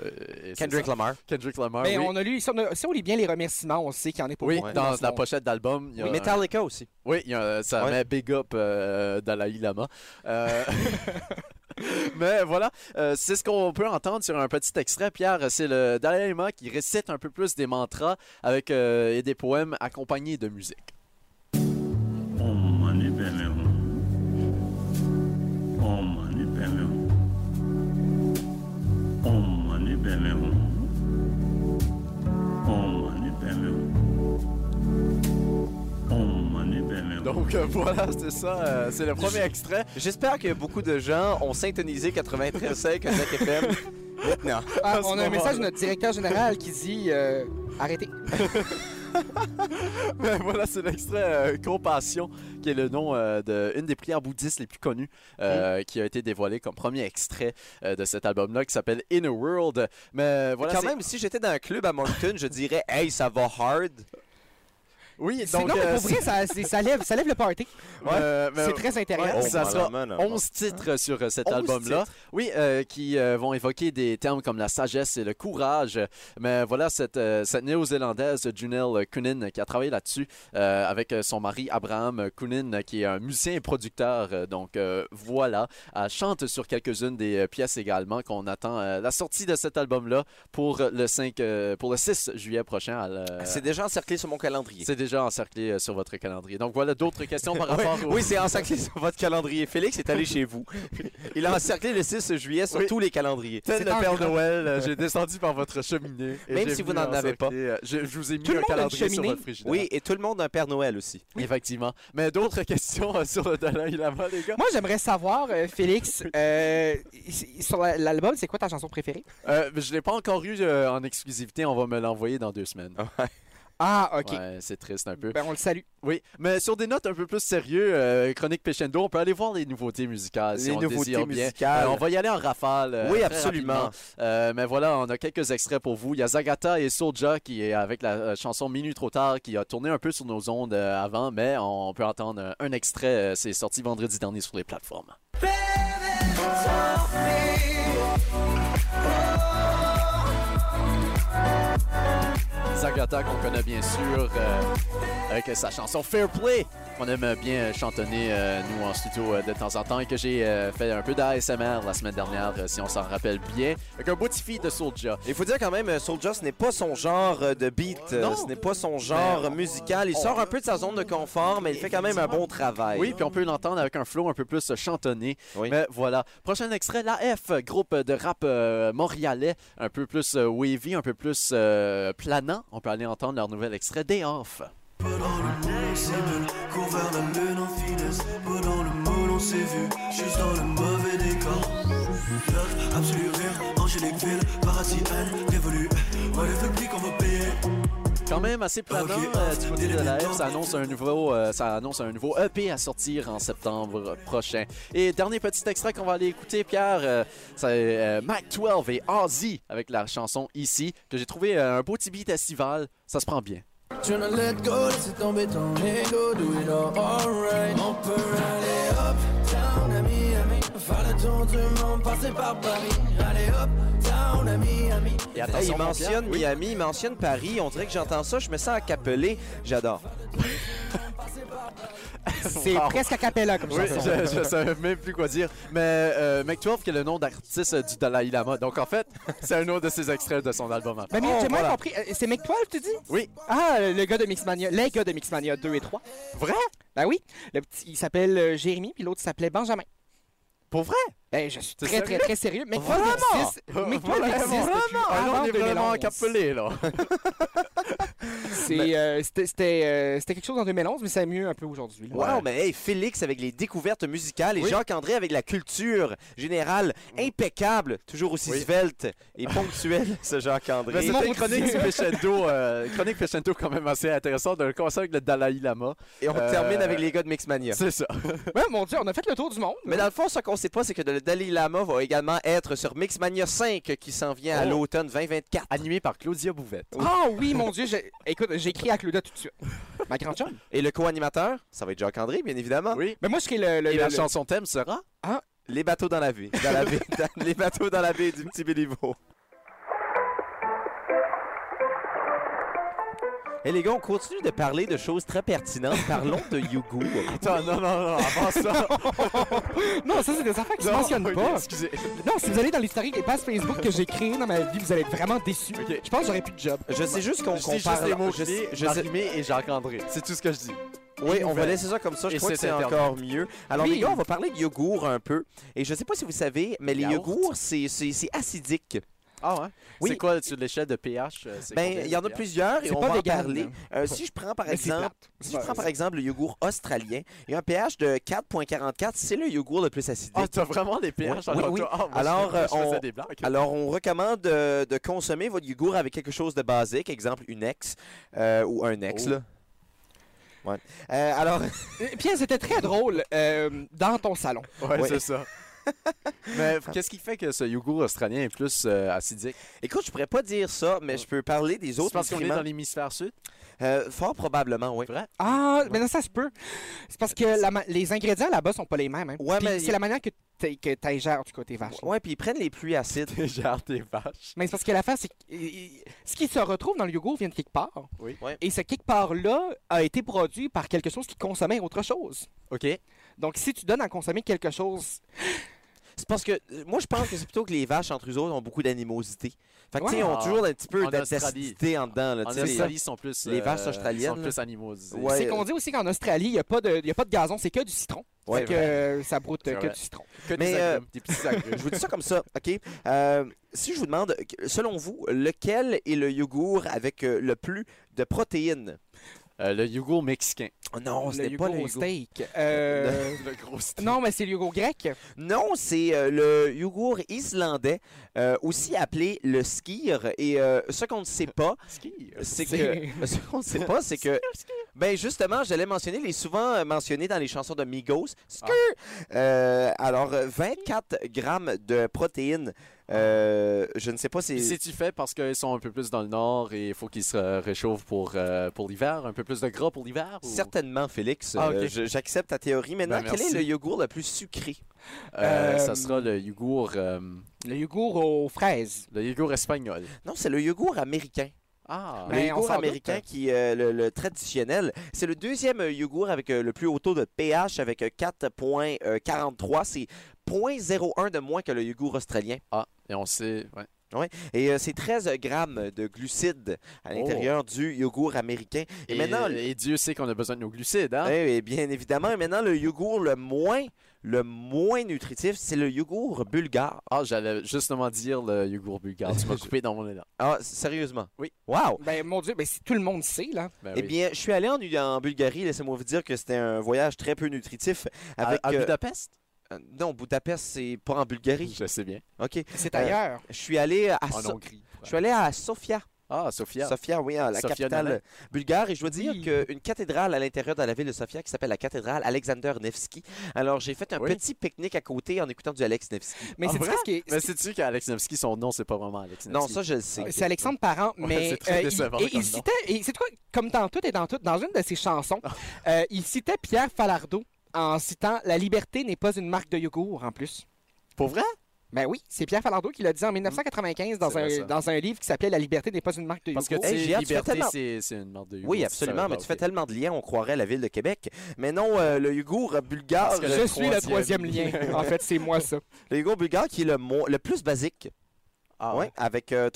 [SPEAKER 4] et c'est
[SPEAKER 1] Kendrick
[SPEAKER 4] ça.
[SPEAKER 1] Lamar.
[SPEAKER 4] Kendrick Lamar,
[SPEAKER 3] Mais
[SPEAKER 4] oui.
[SPEAKER 3] on a lu, si on, a- si on lit bien les remerciements, on sait qu'il y en est pour
[SPEAKER 4] Oui,
[SPEAKER 3] beaucoup
[SPEAKER 4] dans
[SPEAKER 3] ce
[SPEAKER 4] la
[SPEAKER 3] monde.
[SPEAKER 4] pochette d'album. il y a
[SPEAKER 1] Oui,
[SPEAKER 4] un-
[SPEAKER 1] Metallica aussi.
[SPEAKER 4] Oui, il y a- ça
[SPEAKER 1] Ouais.
[SPEAKER 4] met Big Up euh, Dalai Lama. Euh, Mais voilà, euh, c'est ce qu'on peut entendre sur un petit extrait, Pierre. C'est le Dalai Lama qui récite un peu plus des mantras avec, euh, et des poèmes accompagnés de musique.
[SPEAKER 9] Om Mani Padme Hum. Om Mani Padme Hum. Om Mani Padme Hum. Om Mani Padme Hum. Om Mani Padme Hum.
[SPEAKER 4] Donc euh, voilà, c'est ça, euh, c'est le premier extrait.
[SPEAKER 1] J'espère que beaucoup de gens ont syntonisé 93.5 Kodak FM. Maintenant.
[SPEAKER 3] Ah,
[SPEAKER 4] à ce
[SPEAKER 3] on a un
[SPEAKER 4] moment-là.
[SPEAKER 3] message de notre directeur général qui dit euh, Arrêtez.
[SPEAKER 4] Mais voilà, c'est l'extrait euh, Compassion, qui est le nom euh, de une des prières bouddhistes les plus connues, euh, qui a été dévoilée comme premier extrait euh, de cet album-là, qui s'appelle In a World. Mais euh, voilà,
[SPEAKER 1] Quand
[SPEAKER 4] c'est-
[SPEAKER 1] même, si j'étais dans un club à Moncton, je dirais Hey, ça va hard.
[SPEAKER 4] Oui,
[SPEAKER 3] C'est-
[SPEAKER 4] donc.
[SPEAKER 3] non, mais
[SPEAKER 4] euh,
[SPEAKER 3] pour vrai, ça, c'est- ça lève, ça lève le party.
[SPEAKER 4] euh, mais-
[SPEAKER 3] c'est très intéressant. Oh,
[SPEAKER 4] Ouais, ça sera
[SPEAKER 1] malament, là.
[SPEAKER 4] 11 titres sur euh, cet
[SPEAKER 1] 11
[SPEAKER 4] album-là. Oui, euh, qui euh, vont évoquer des termes comme la sagesse et le courage. Mais voilà, cette, euh, cette néo-zélandaise Junelle Kunin qui a travaillé là-dessus euh, avec euh, son mari Abraham Kunin, qui est un musicien et producteur. Euh, Donc euh, voilà, elle chante sur quelques-unes des euh, pièces également qu'on attend euh, la sortie de cet album-là pour le 5, euh, pour le 6 juillet prochain. Elle, euh,
[SPEAKER 1] Ah, C'est déjà encerclé sur mon calendrier.
[SPEAKER 4] c'est déjà encerclé euh, sur votre calendrier. Donc voilà d'autres questions par rapport au...
[SPEAKER 1] Oui, c'est encerclé sur votre calendrier. Félix est allé chez vous. Il a encerclé le 6 juillet sur
[SPEAKER 4] Oui.
[SPEAKER 1] tous les calendriers.
[SPEAKER 4] Tel le Père Noël, euh, j'ai descendu par votre cheminée. et
[SPEAKER 1] Même
[SPEAKER 4] j'ai
[SPEAKER 1] si vous
[SPEAKER 4] venu
[SPEAKER 1] n'en avez pas.
[SPEAKER 4] encercler, euh, Je, je vous ai mis
[SPEAKER 3] Tout le
[SPEAKER 4] un
[SPEAKER 3] monde a une
[SPEAKER 4] calendrier sur
[SPEAKER 3] cheminée.
[SPEAKER 4] votre frigidaire.
[SPEAKER 1] Oui, et tout le monde a un Père Noël aussi.
[SPEAKER 4] effectivement. Mais d'autres questions euh, sur le Dalai Lama, les gars?
[SPEAKER 3] Moi, j'aimerais savoir, euh, Félix, euh, i- sur la- l'album, c'est quoi ta chanson préférée?
[SPEAKER 4] Euh, je ne l'ai pas encore eu euh, en exclusivité. On va me l'envoyer dans deux semaines.
[SPEAKER 3] Ah, OK.
[SPEAKER 4] Ouais, c'est triste un peu.
[SPEAKER 3] Ben, on le salue.
[SPEAKER 4] Oui, mais sur des notes un peu plus sérieuses, euh, Chronique Pechendo, on peut aller voir les nouveautés musicales si
[SPEAKER 1] Les
[SPEAKER 4] on le
[SPEAKER 1] nouveautés
[SPEAKER 4] désire bien.
[SPEAKER 1] musicales.
[SPEAKER 4] Euh, on va y aller en rafale. euh,
[SPEAKER 1] oui,
[SPEAKER 4] très
[SPEAKER 1] absolument.
[SPEAKER 4] rapidement. Euh, mais voilà, on a quelques extraits pour vous. Il y a Zagata et Soja qui est avec la euh, chanson Minute trop tard qui a tourné un peu sur nos ondes euh, avant, mais on peut entendre euh, un extrait. euh, C'est sorti vendredi dernier sur les plateformes. Zagata qu'on connaît bien sûr euh, avec sa chanson Fair Play qu'on aime bien chantonner euh, nous en studio euh, de temps en temps et que j'ai euh, fait un peu d'ASMR la semaine dernière euh, si on s'en rappelle bien avec un beau petit fille de Soulja.
[SPEAKER 1] Il faut dire quand même, euh, Soulja, ce n'est pas son genre euh, de beat, euh,
[SPEAKER 4] Non. Ben,
[SPEAKER 1] ce n'est pas son genre musical. Il sort un peu de sa zone de confort, mais il fait quand même un bon travail.
[SPEAKER 4] Oui, puis on peut l'entendre avec un flow un peu plus chantonné.
[SPEAKER 1] Oui.
[SPEAKER 4] Mais voilà. Prochain extrait, la F, groupe de rap euh, montréalais, un peu plus euh, wavy, un peu plus euh, planant. On peut aller entendre leur nouvel extrait, Day Off. Quand même assez planant euh, du côté de la F. Ça annonce, un nouveau, euh, ça annonce un nouveau EP à sortir en septembre prochain. Et dernier petit extrait qu'on va aller écouter, Pierre, euh, c'est euh, Mac 12 et Ozzy avec la chanson Ici, que j'ai trouvé euh, un beau petit beat estival. Ça se prend bien. Et
[SPEAKER 1] Hey,
[SPEAKER 4] attention,
[SPEAKER 1] il
[SPEAKER 4] mon
[SPEAKER 1] mentionne
[SPEAKER 4] Pierre. Oui.
[SPEAKER 1] Miami, il mentionne Paris. On dirait que j'entends ça, je me sens accapelé. J'adore.
[SPEAKER 3] C'est
[SPEAKER 4] Wow.
[SPEAKER 3] presque a cappella comme
[SPEAKER 4] Oui,
[SPEAKER 3] chanson.
[SPEAKER 4] je, je savais même plus quoi dire. Mais euh, Mac 12 qui est le nom d'artiste euh, du Dalai Lama. Donc en fait, c'est un autre de ses extraits de son album. à
[SPEAKER 3] Ben, mais
[SPEAKER 1] Oh,
[SPEAKER 3] j'ai mal
[SPEAKER 1] voilà.
[SPEAKER 3] compris. Euh, C'est McTwelve, tu dis?
[SPEAKER 4] Oui.
[SPEAKER 3] Ah, le gars de Mixmania. Les gars de Mixmania 2 et 3.
[SPEAKER 4] Vrai?
[SPEAKER 3] Ben oui. Le petit, il s'appelle euh, Jérémy, puis l'autre s'appelle Benjamin.
[SPEAKER 4] Pour vrai?
[SPEAKER 3] Ben, je suis
[SPEAKER 4] T'es
[SPEAKER 3] très, très,
[SPEAKER 4] sérieux?
[SPEAKER 3] très sérieux. McTwelve
[SPEAKER 4] Vraiment?
[SPEAKER 3] existe. McTwelve existe depuis
[SPEAKER 4] Ah là,
[SPEAKER 3] avant
[SPEAKER 4] on est vraiment
[SPEAKER 3] 2011.
[SPEAKER 4] encapelé là.
[SPEAKER 3] C'est,
[SPEAKER 4] Ben.
[SPEAKER 3] euh, C'était c'était, euh, c'était quelque chose en 2011, mais c'est mieux un peu aujourd'hui. là.
[SPEAKER 1] Wow, mais hey, Félix avec les découvertes musicales et
[SPEAKER 4] Oui. Mm.
[SPEAKER 1] Jacques-André avec la culture générale impeccable, toujours aussi
[SPEAKER 4] Oui.
[SPEAKER 1] svelte et ponctuel, ce Jacques-André.
[SPEAKER 4] Mais c'était une chronique du Crescendo, euh, chronique crescendo quand même assez intéressante, d'un concert avec le Dalai Lama.
[SPEAKER 1] Et on
[SPEAKER 4] Euh,
[SPEAKER 1] termine avec les gars de Mixmania.
[SPEAKER 4] C'est ça.
[SPEAKER 3] Ouais, mon Dieu, on a fait le tour du monde.
[SPEAKER 1] Mais dans le fond, ce qu'on sait pas, c'est que le Dalai Lama va également être sur Mixmania 5 qui s'en vient à
[SPEAKER 4] Oh.
[SPEAKER 1] l'automne 2024.
[SPEAKER 4] Animé par Claudia Bouvette.
[SPEAKER 3] Ah oui, mon Dieu. j'ai- Écoute, j'ai écrit à Claudia tout de suite. Ma grande chum.
[SPEAKER 1] Et le co-animateur, ça va être Jacques-André, bien évidemment.
[SPEAKER 4] Oui.
[SPEAKER 3] Mais moi, je serai le. le-
[SPEAKER 4] Et la
[SPEAKER 3] le-
[SPEAKER 4] chanson thème sera
[SPEAKER 1] Les bateaux dans la vie. Dans la baie- dans- les bateaux dans la baie du petit Béliveau. Et Eh, les gars, on continue de parler de choses très pertinentes. Parlons de Yugo.
[SPEAKER 4] Attends, non, non, non, avant ça.
[SPEAKER 3] Non, ça, c'est des affaires qui se
[SPEAKER 4] Non,
[SPEAKER 3] mentionnent
[SPEAKER 4] ok,
[SPEAKER 3] pas.
[SPEAKER 4] Excusez.
[SPEAKER 3] Non, si vous allez dans l'historique des pages Facebook que j'ai créées dans ma vie, vous allez être vraiment déçus.
[SPEAKER 4] Ok.
[SPEAKER 3] Je pense que j'aurais plus de job.
[SPEAKER 1] Je sais juste qu'on
[SPEAKER 4] Je dis
[SPEAKER 1] compare.
[SPEAKER 4] juste les mots
[SPEAKER 1] je sais- je
[SPEAKER 4] je
[SPEAKER 1] sais-
[SPEAKER 4] et Jacques-André. C'est tout ce que je dis.
[SPEAKER 1] Oui, on va
[SPEAKER 4] nouvelles.
[SPEAKER 1] laisser ça comme ça. Je
[SPEAKER 4] Et
[SPEAKER 1] crois que
[SPEAKER 4] c'est
[SPEAKER 1] c'est
[SPEAKER 4] Internet.
[SPEAKER 1] encore mieux. Alors,
[SPEAKER 3] Oui.
[SPEAKER 1] les gars, on va parler de yogourt un peu. Et je sais pas si vous savez, mais les
[SPEAKER 4] Yaourt.
[SPEAKER 1] yogourts, c'est- c'est c'est acidique.
[SPEAKER 4] Ah ouais?
[SPEAKER 1] Oui.
[SPEAKER 4] C'est quoi sur l'échelle de pH? euh, c'est
[SPEAKER 1] Ben,
[SPEAKER 4] combien,
[SPEAKER 1] il y en a
[SPEAKER 4] le pH?
[SPEAKER 1] plusieurs et
[SPEAKER 3] C'est
[SPEAKER 1] on
[SPEAKER 3] pas
[SPEAKER 1] va en
[SPEAKER 3] vegan,
[SPEAKER 1] parler.
[SPEAKER 3] hein.
[SPEAKER 1] Euh, si je prends par
[SPEAKER 3] Mais c'est
[SPEAKER 1] exemple,
[SPEAKER 3] plate.
[SPEAKER 1] si je
[SPEAKER 3] Ouais,
[SPEAKER 1] prends par
[SPEAKER 3] c'est-
[SPEAKER 1] exemple le yogourt australien, il y a un pH de 4.44, c'est le yogourt le plus acidique.
[SPEAKER 4] Ah, t'as vraiment des pH
[SPEAKER 1] Oui,
[SPEAKER 4] alors
[SPEAKER 1] oui,
[SPEAKER 4] toi? Ah, moi, je-
[SPEAKER 1] Alors,
[SPEAKER 4] je
[SPEAKER 1] euh,
[SPEAKER 4] faisais
[SPEAKER 1] on-
[SPEAKER 4] des blagues.
[SPEAKER 1] Alors, on recommande euh, de, consommer votre yogourt avec quelque chose de basique, exemple une ex euh, ou un ex.
[SPEAKER 4] Oh.
[SPEAKER 1] Là. Ouais. Euh, alors,
[SPEAKER 3] Euh, Pierre, c'était très drôle euh, dans ton salon.
[SPEAKER 4] Ouais,
[SPEAKER 1] Ouais.
[SPEAKER 4] c'est ça. Mais qu'est-ce qui fait que ce yogourt australien est plus euh, acidique?
[SPEAKER 1] écoute, je pourrais pas dire ça, mais je peux parler des
[SPEAKER 4] C'est
[SPEAKER 1] autres
[SPEAKER 4] parce qu'on est
[SPEAKER 1] nutriments.
[SPEAKER 4] dans l'hémisphère sud?
[SPEAKER 1] Euh, fort probablement, oui.
[SPEAKER 4] Vrai?
[SPEAKER 3] Ah, mais non, ça se peut. C'est parce que la ma- les ingrédients là-bas sont pas les mêmes. hein.
[SPEAKER 1] Ouais,
[SPEAKER 3] Puis
[SPEAKER 1] mais-
[SPEAKER 3] C'est la manière que tu que gères, du côté vache.
[SPEAKER 1] Ouais, puis ils prennent les pluies acides.
[SPEAKER 4] Gère tes vaches.
[SPEAKER 3] Mais c'est parce que l'affaire, c'est que euh, ce qui se retrouve dans le yogourt vient de quelque part.
[SPEAKER 4] Oui.
[SPEAKER 1] Ouais.
[SPEAKER 3] Et ce quelque part-là a été produit par quelque chose qui consommait autre chose.
[SPEAKER 4] OK.
[SPEAKER 3] Donc, si tu donnes à consommer quelque chose.
[SPEAKER 1] C'est parce que euh, moi, je pense que c'est plutôt que les vaches entre eux autres ont beaucoup d'animosité. Fait que, tu sais, ils
[SPEAKER 4] Ouais.
[SPEAKER 1] ont toujours un petit peu
[SPEAKER 4] En
[SPEAKER 1] d'a-
[SPEAKER 4] Australie.
[SPEAKER 1] d'acidité en dedans. Là,
[SPEAKER 4] En
[SPEAKER 1] tu sais, les-
[SPEAKER 4] Australie, ils sont plus.
[SPEAKER 1] les vaches
[SPEAKER 4] euh,
[SPEAKER 1] australiennes,
[SPEAKER 4] sont plus animosés.
[SPEAKER 1] Ouais. euh,
[SPEAKER 3] C'est qu'on dit aussi qu'en Australie, il n'y a, pas de- il y a pas de gazon, c'est que du citron.
[SPEAKER 1] Ouais,
[SPEAKER 3] Fait que euh, ça broute
[SPEAKER 4] C'est
[SPEAKER 3] euh, que
[SPEAKER 4] vrai.
[SPEAKER 3] du citron.
[SPEAKER 4] Que
[SPEAKER 1] Mais,
[SPEAKER 4] des,
[SPEAKER 1] euh,
[SPEAKER 4] agrumes, des petits agrumes.
[SPEAKER 1] Je vous dis ça comme ça, OK? Euh, si je vous demande, que- selon vous, lequel est le yogourt avec euh, le plus de protéines?
[SPEAKER 4] Euh, le yogourt mexicain.
[SPEAKER 1] Oh Non, ce n'est pas le
[SPEAKER 3] yogourt au
[SPEAKER 1] yogourt.
[SPEAKER 3] steak. Euh,
[SPEAKER 4] Le gros steak.
[SPEAKER 3] non, mais c'est le yogourt grec.
[SPEAKER 1] Non, c'est euh, le yogourt islandais, euh, aussi appelé le skir. Et euh, ce qu'on ne sait pas,
[SPEAKER 4] Ski.
[SPEAKER 1] c'est que... Ce qu'on ne sait pas, c'est que... Ben justement, j'allais mentionner, il est souvent euh, mentionné dans les chansons de Migos. Skir! Euh, alors, euh, 24 grammes de protéines. Euh, je ne sais pas si...
[SPEAKER 4] Puis C'est-tu fait parce qu'ils sont un peu plus dans le nord et il faut qu'ils se euh, réchauffent pour, euh, pour l'hiver? Un peu plus de gras pour l'hiver? ou-
[SPEAKER 1] Oh. Certainement, Félix.
[SPEAKER 4] Ah, ok.
[SPEAKER 1] Euh, je- J'accepte ta théorie. Maintenant,
[SPEAKER 4] Ben,
[SPEAKER 1] quel est
[SPEAKER 4] merci.
[SPEAKER 1] le yogourt le plus sucré?
[SPEAKER 4] Euh,
[SPEAKER 3] Euh,
[SPEAKER 4] Ça sera le yogourt, euh,
[SPEAKER 3] Le yogourt aux fraises.
[SPEAKER 4] le yogourt espagnol.
[SPEAKER 1] Non, c'est le yogourt américain.
[SPEAKER 4] Ah!
[SPEAKER 3] Ben,
[SPEAKER 1] le
[SPEAKER 3] on
[SPEAKER 1] yogourt
[SPEAKER 3] s'en doute.
[SPEAKER 1] américain qui est le, le traditionnel. C'est le deuxième euh, yogourt avec euh, le plus haut taux de pH avec euh, 4,43. C'est 0.01 de moins que le yogourt australien.
[SPEAKER 4] Ah, et on sait. ouais.
[SPEAKER 1] Et euh, c'est 13 grammes de glucides à
[SPEAKER 4] Oh.
[SPEAKER 1] l'intérieur du yogourt américain. Et,
[SPEAKER 4] Et, euh,
[SPEAKER 1] maintenant, le-
[SPEAKER 4] et Dieu sait qu'on a besoin de nos glucides, hein?
[SPEAKER 1] Eh oui, bien évidemment, Et maintenant le yogourt le moins, le moins nutritif, c'est le yogourt bulgare.
[SPEAKER 4] Ah, j'allais justement dire le yogourt bulgare. Tu m'as coupé dans mon élan.
[SPEAKER 1] Ah, sérieusement?
[SPEAKER 4] Oui.
[SPEAKER 1] Wow!
[SPEAKER 3] Ben, mon Dieu, ben, si tout le monde sait, là.
[SPEAKER 4] Ben
[SPEAKER 1] Eh
[SPEAKER 4] oui.
[SPEAKER 1] bien, je suis allé en, en Bulgarie, laissez-moi vous dire que c'était un voyage très peu nutritif.
[SPEAKER 4] À-
[SPEAKER 1] Avec,
[SPEAKER 4] à,
[SPEAKER 1] euh,
[SPEAKER 4] Budapest?
[SPEAKER 1] euh, non, Budapest, c'est pas en Bulgarie.
[SPEAKER 4] Je sais bien.
[SPEAKER 1] OK.
[SPEAKER 3] C'est
[SPEAKER 1] Euh,
[SPEAKER 3] ailleurs.
[SPEAKER 1] Je suis allé à,
[SPEAKER 4] En
[SPEAKER 1] So-
[SPEAKER 4] Hongrie.
[SPEAKER 1] je suis allé à Sofia.
[SPEAKER 4] Ah, Sofia.
[SPEAKER 1] Sofia, oui, à la
[SPEAKER 4] Sofia
[SPEAKER 1] capitale
[SPEAKER 4] Nola.
[SPEAKER 1] bulgare. Et je dois dire
[SPEAKER 3] Oui.
[SPEAKER 1] qu'une cathédrale à l'intérieur de la ville de Sofia qui s'appelle la cathédrale Alexander Nevsky. Alors, j'ai fait un
[SPEAKER 4] Oui.
[SPEAKER 1] petit pique-nique à côté en écoutant du Alex Nevsky.
[SPEAKER 3] Mais
[SPEAKER 4] en
[SPEAKER 3] c'est
[SPEAKER 4] vrai? Ben,
[SPEAKER 3] ce qui est-
[SPEAKER 4] Mais sais-tu qu'Alex Nevsky, son nom, c'est pas vraiment Alex Ah, Nevsky?
[SPEAKER 1] Non, ça, je le sais.
[SPEAKER 3] C'est Alexandre Parent,
[SPEAKER 4] Ouais,
[SPEAKER 3] mais euh,
[SPEAKER 4] c'est très
[SPEAKER 3] il-
[SPEAKER 4] décevant
[SPEAKER 3] et il,
[SPEAKER 4] comme nom.
[SPEAKER 3] citait, et c'est quoi, comme dans tout et dans tout, dans une de ses chansons,
[SPEAKER 4] Ah.
[SPEAKER 3] euh, il citait Pierre Falardeau en citant La liberté n'est pas une marque de yogourt en plus.
[SPEAKER 4] Pour vrai?
[SPEAKER 3] Ben oui, c'est Pierre Falardeau qui l'a dit en 1995 dans
[SPEAKER 4] C'est vrai,
[SPEAKER 3] un,
[SPEAKER 4] ça.
[SPEAKER 3] dans un livre qui s'appelait La liberté n'est pas une marque de
[SPEAKER 4] Parce que,
[SPEAKER 3] yogourt.
[SPEAKER 4] tu
[SPEAKER 1] Hey,
[SPEAKER 4] sais,
[SPEAKER 1] Gia, tu fais
[SPEAKER 4] liberté,
[SPEAKER 1] tellement-
[SPEAKER 4] c'est c'est une marde de yogourt.
[SPEAKER 1] Oui,
[SPEAKER 4] tu savais
[SPEAKER 1] absolument, mais
[SPEAKER 4] pas,
[SPEAKER 1] tu fais
[SPEAKER 4] ok.
[SPEAKER 1] tellement de liens, on croirait la ville de Québec. Mais non, euh, le yogourt bulgare, euh,
[SPEAKER 4] Parce que
[SPEAKER 1] le-
[SPEAKER 3] Je suis le troisième lien.
[SPEAKER 4] troisième.
[SPEAKER 3] en fait, c'est moi ça.
[SPEAKER 1] le yogourt bulgare qui est le, mo- le plus basique,
[SPEAKER 4] Ah
[SPEAKER 1] ouais, avec euh,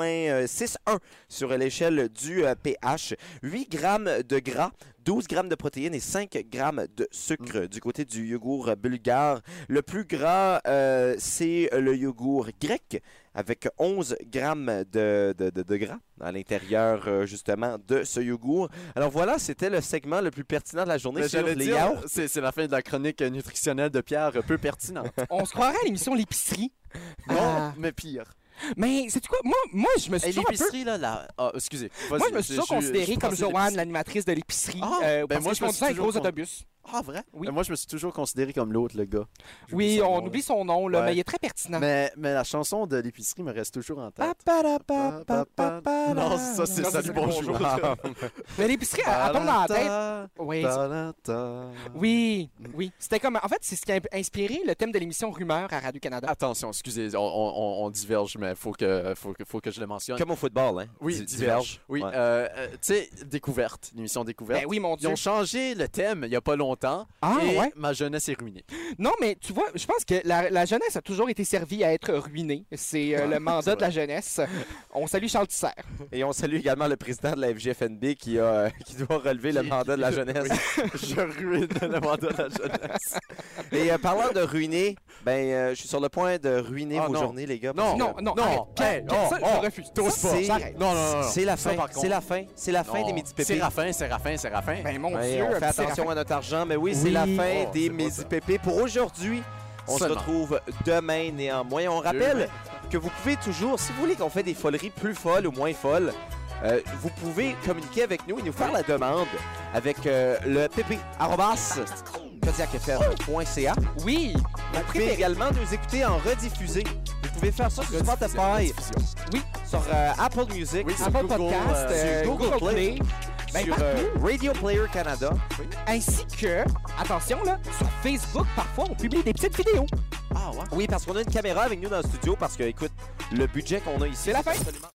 [SPEAKER 1] 3,61 sur l'échelle du euh, pH, 8 grammes de gras, 12 grammes de protéines et 5 grammes de sucre
[SPEAKER 4] Mm.
[SPEAKER 1] du côté du yogourt bulgare. Le plus gras, euh, c'est le yogourt grec, avec 11 grammes de, de- de- de gras à l'intérieur, euh, justement, de ce yogourt. Alors voilà, c'était le segment le plus pertinent de la journée
[SPEAKER 4] Mais
[SPEAKER 1] sur
[SPEAKER 4] Ben, j'allais
[SPEAKER 1] les
[SPEAKER 4] dire,
[SPEAKER 1] yaourts.
[SPEAKER 4] c'est c'est la fin de la chronique nutritionnelle de Pierre, euh, peu pertinente.
[SPEAKER 3] On se croirait à l'émission L'épicerie.
[SPEAKER 4] non,
[SPEAKER 3] Ah.
[SPEAKER 4] mais pire.
[SPEAKER 3] Mais c'est quoi? Moi, moi, je me suis
[SPEAKER 4] Et
[SPEAKER 3] toujours un peu
[SPEAKER 4] l'épicerie, là, là. Ah, excusez.
[SPEAKER 3] Moi, je me suis toujours considéré comme Joanne, l'animatrice de l'épicerie.
[SPEAKER 4] Ah,
[SPEAKER 3] euh,
[SPEAKER 4] ben
[SPEAKER 3] parce
[SPEAKER 4] moi,
[SPEAKER 3] que
[SPEAKER 4] je
[SPEAKER 3] je
[SPEAKER 4] me
[SPEAKER 3] conduisais
[SPEAKER 4] suis
[SPEAKER 3] un gros
[SPEAKER 4] toujours con-
[SPEAKER 3] autobus.
[SPEAKER 4] Ah, vrai?
[SPEAKER 3] Oui.
[SPEAKER 4] Mais moi, je me suis toujours considéré comme l'autre, le gars.
[SPEAKER 3] Oui,
[SPEAKER 4] son
[SPEAKER 3] on
[SPEAKER 4] nom,
[SPEAKER 3] oublie son nom, là,
[SPEAKER 4] Ouais.
[SPEAKER 3] mais il est très pertinent.
[SPEAKER 4] Mais, mais la chanson de l'épicerie me reste toujours en tête. Non, ça, c'est
[SPEAKER 3] Non,
[SPEAKER 4] ça
[SPEAKER 3] c'est
[SPEAKER 4] du bonjour.
[SPEAKER 3] Mais l'épicerie, elle, elle tombe dans la tête. Oui, c'est- oui, oui. C'était comme. En fait, c'est ce qui a inspiré le thème de l'émission Rumeur à Radio-Canada.
[SPEAKER 4] Attention, excusez, on, on- on- on diverge, mais faut que, faut, que, faut que je le mentionne.
[SPEAKER 1] Comme au football, hein?
[SPEAKER 4] Oui,
[SPEAKER 1] Di-
[SPEAKER 4] diverge. Oui,
[SPEAKER 1] Ouais.
[SPEAKER 4] euh, euh, tu sais, découverte, l'émission découverte.
[SPEAKER 3] Ben oui, mon
[SPEAKER 4] Ils
[SPEAKER 3] Dieu.
[SPEAKER 4] ont changé le thème il n'y a pas longtemps
[SPEAKER 3] Ah,
[SPEAKER 4] et
[SPEAKER 3] ouais.
[SPEAKER 4] ma jeunesse est ruinée.
[SPEAKER 3] Non, mais tu vois, je pense que la, la jeunesse a toujours été servie à être ruinée. C'est euh, le mandat de la jeunesse. On salue Charles Tisser.
[SPEAKER 1] Et on salue également le président de la FGFNB qui, a, euh, qui doit relever le
[SPEAKER 4] Qui-
[SPEAKER 1] mandat de la
[SPEAKER 4] qui-
[SPEAKER 1] jeunesse.
[SPEAKER 4] Je ruine le mandat de la jeunesse.
[SPEAKER 1] Et euh, parlant de ruiner, ben, euh, je suis sur le point de ruiner
[SPEAKER 4] Ah,
[SPEAKER 1] vos
[SPEAKER 4] non.
[SPEAKER 1] journées, les gars.
[SPEAKER 4] Non,
[SPEAKER 1] parce
[SPEAKER 3] Non,
[SPEAKER 1] que-
[SPEAKER 3] non,
[SPEAKER 4] non,
[SPEAKER 3] arrête. Pierre,
[SPEAKER 4] hey,
[SPEAKER 3] Pierre,
[SPEAKER 4] oh,
[SPEAKER 3] ça,
[SPEAKER 4] oh,
[SPEAKER 3] je refuse.
[SPEAKER 1] Toi,
[SPEAKER 3] Ça,
[SPEAKER 1] c'est-
[SPEAKER 3] j'arrête.
[SPEAKER 4] Non, non, non, non.
[SPEAKER 1] C'est la
[SPEAKER 4] Ça,
[SPEAKER 1] fin,
[SPEAKER 4] par contre.
[SPEAKER 1] c'est la fin, c'est la fin des Midi Pépés.
[SPEAKER 4] Séraphin, Séraphin, Séraphin.
[SPEAKER 3] Ben, mon
[SPEAKER 1] Ouais,
[SPEAKER 3] Dieu,
[SPEAKER 1] on fait
[SPEAKER 3] Séraphin.
[SPEAKER 1] attention à notre argent, mais oui, c'est
[SPEAKER 4] Oui.
[SPEAKER 1] la
[SPEAKER 4] Oh,
[SPEAKER 1] fin
[SPEAKER 4] c'est
[SPEAKER 1] des
[SPEAKER 4] pas
[SPEAKER 1] Midi
[SPEAKER 4] ça.
[SPEAKER 1] Pépés pour aujourd'hui. On se
[SPEAKER 4] Seulement.
[SPEAKER 1] retrouve demain néanmoins. On rappelle que vous pouvez toujours, si vous voulez qu'on fait des foleries plus folles ou moins folles, euh, vous pouvez communiquer avec nous et nous faire la demande avec euh, le pp arrobas kodiakfm.ca.
[SPEAKER 3] Oui,
[SPEAKER 1] Vous pouvez également nous écouter en rediffusé. Vous pouvez faire ça sur Spotify, sur euh, Apple Music,
[SPEAKER 4] Oui,
[SPEAKER 1] sur,
[SPEAKER 4] sur
[SPEAKER 3] Apple
[SPEAKER 4] Google,
[SPEAKER 3] Podcast,
[SPEAKER 4] euh,
[SPEAKER 3] euh,
[SPEAKER 4] sur
[SPEAKER 3] Google,
[SPEAKER 4] Google
[SPEAKER 3] Play, Ben,
[SPEAKER 1] sur, euh, Radio Player Canada.
[SPEAKER 3] ainsi que, attention là, sur Facebook, parfois on publie des petites vidéos.
[SPEAKER 1] Ah ouais? Oui, parce qu'on a une caméra avec nous dans le studio parce que, écoute, le budget qu'on a ici.
[SPEAKER 3] C'est la fin.
[SPEAKER 1] absolument-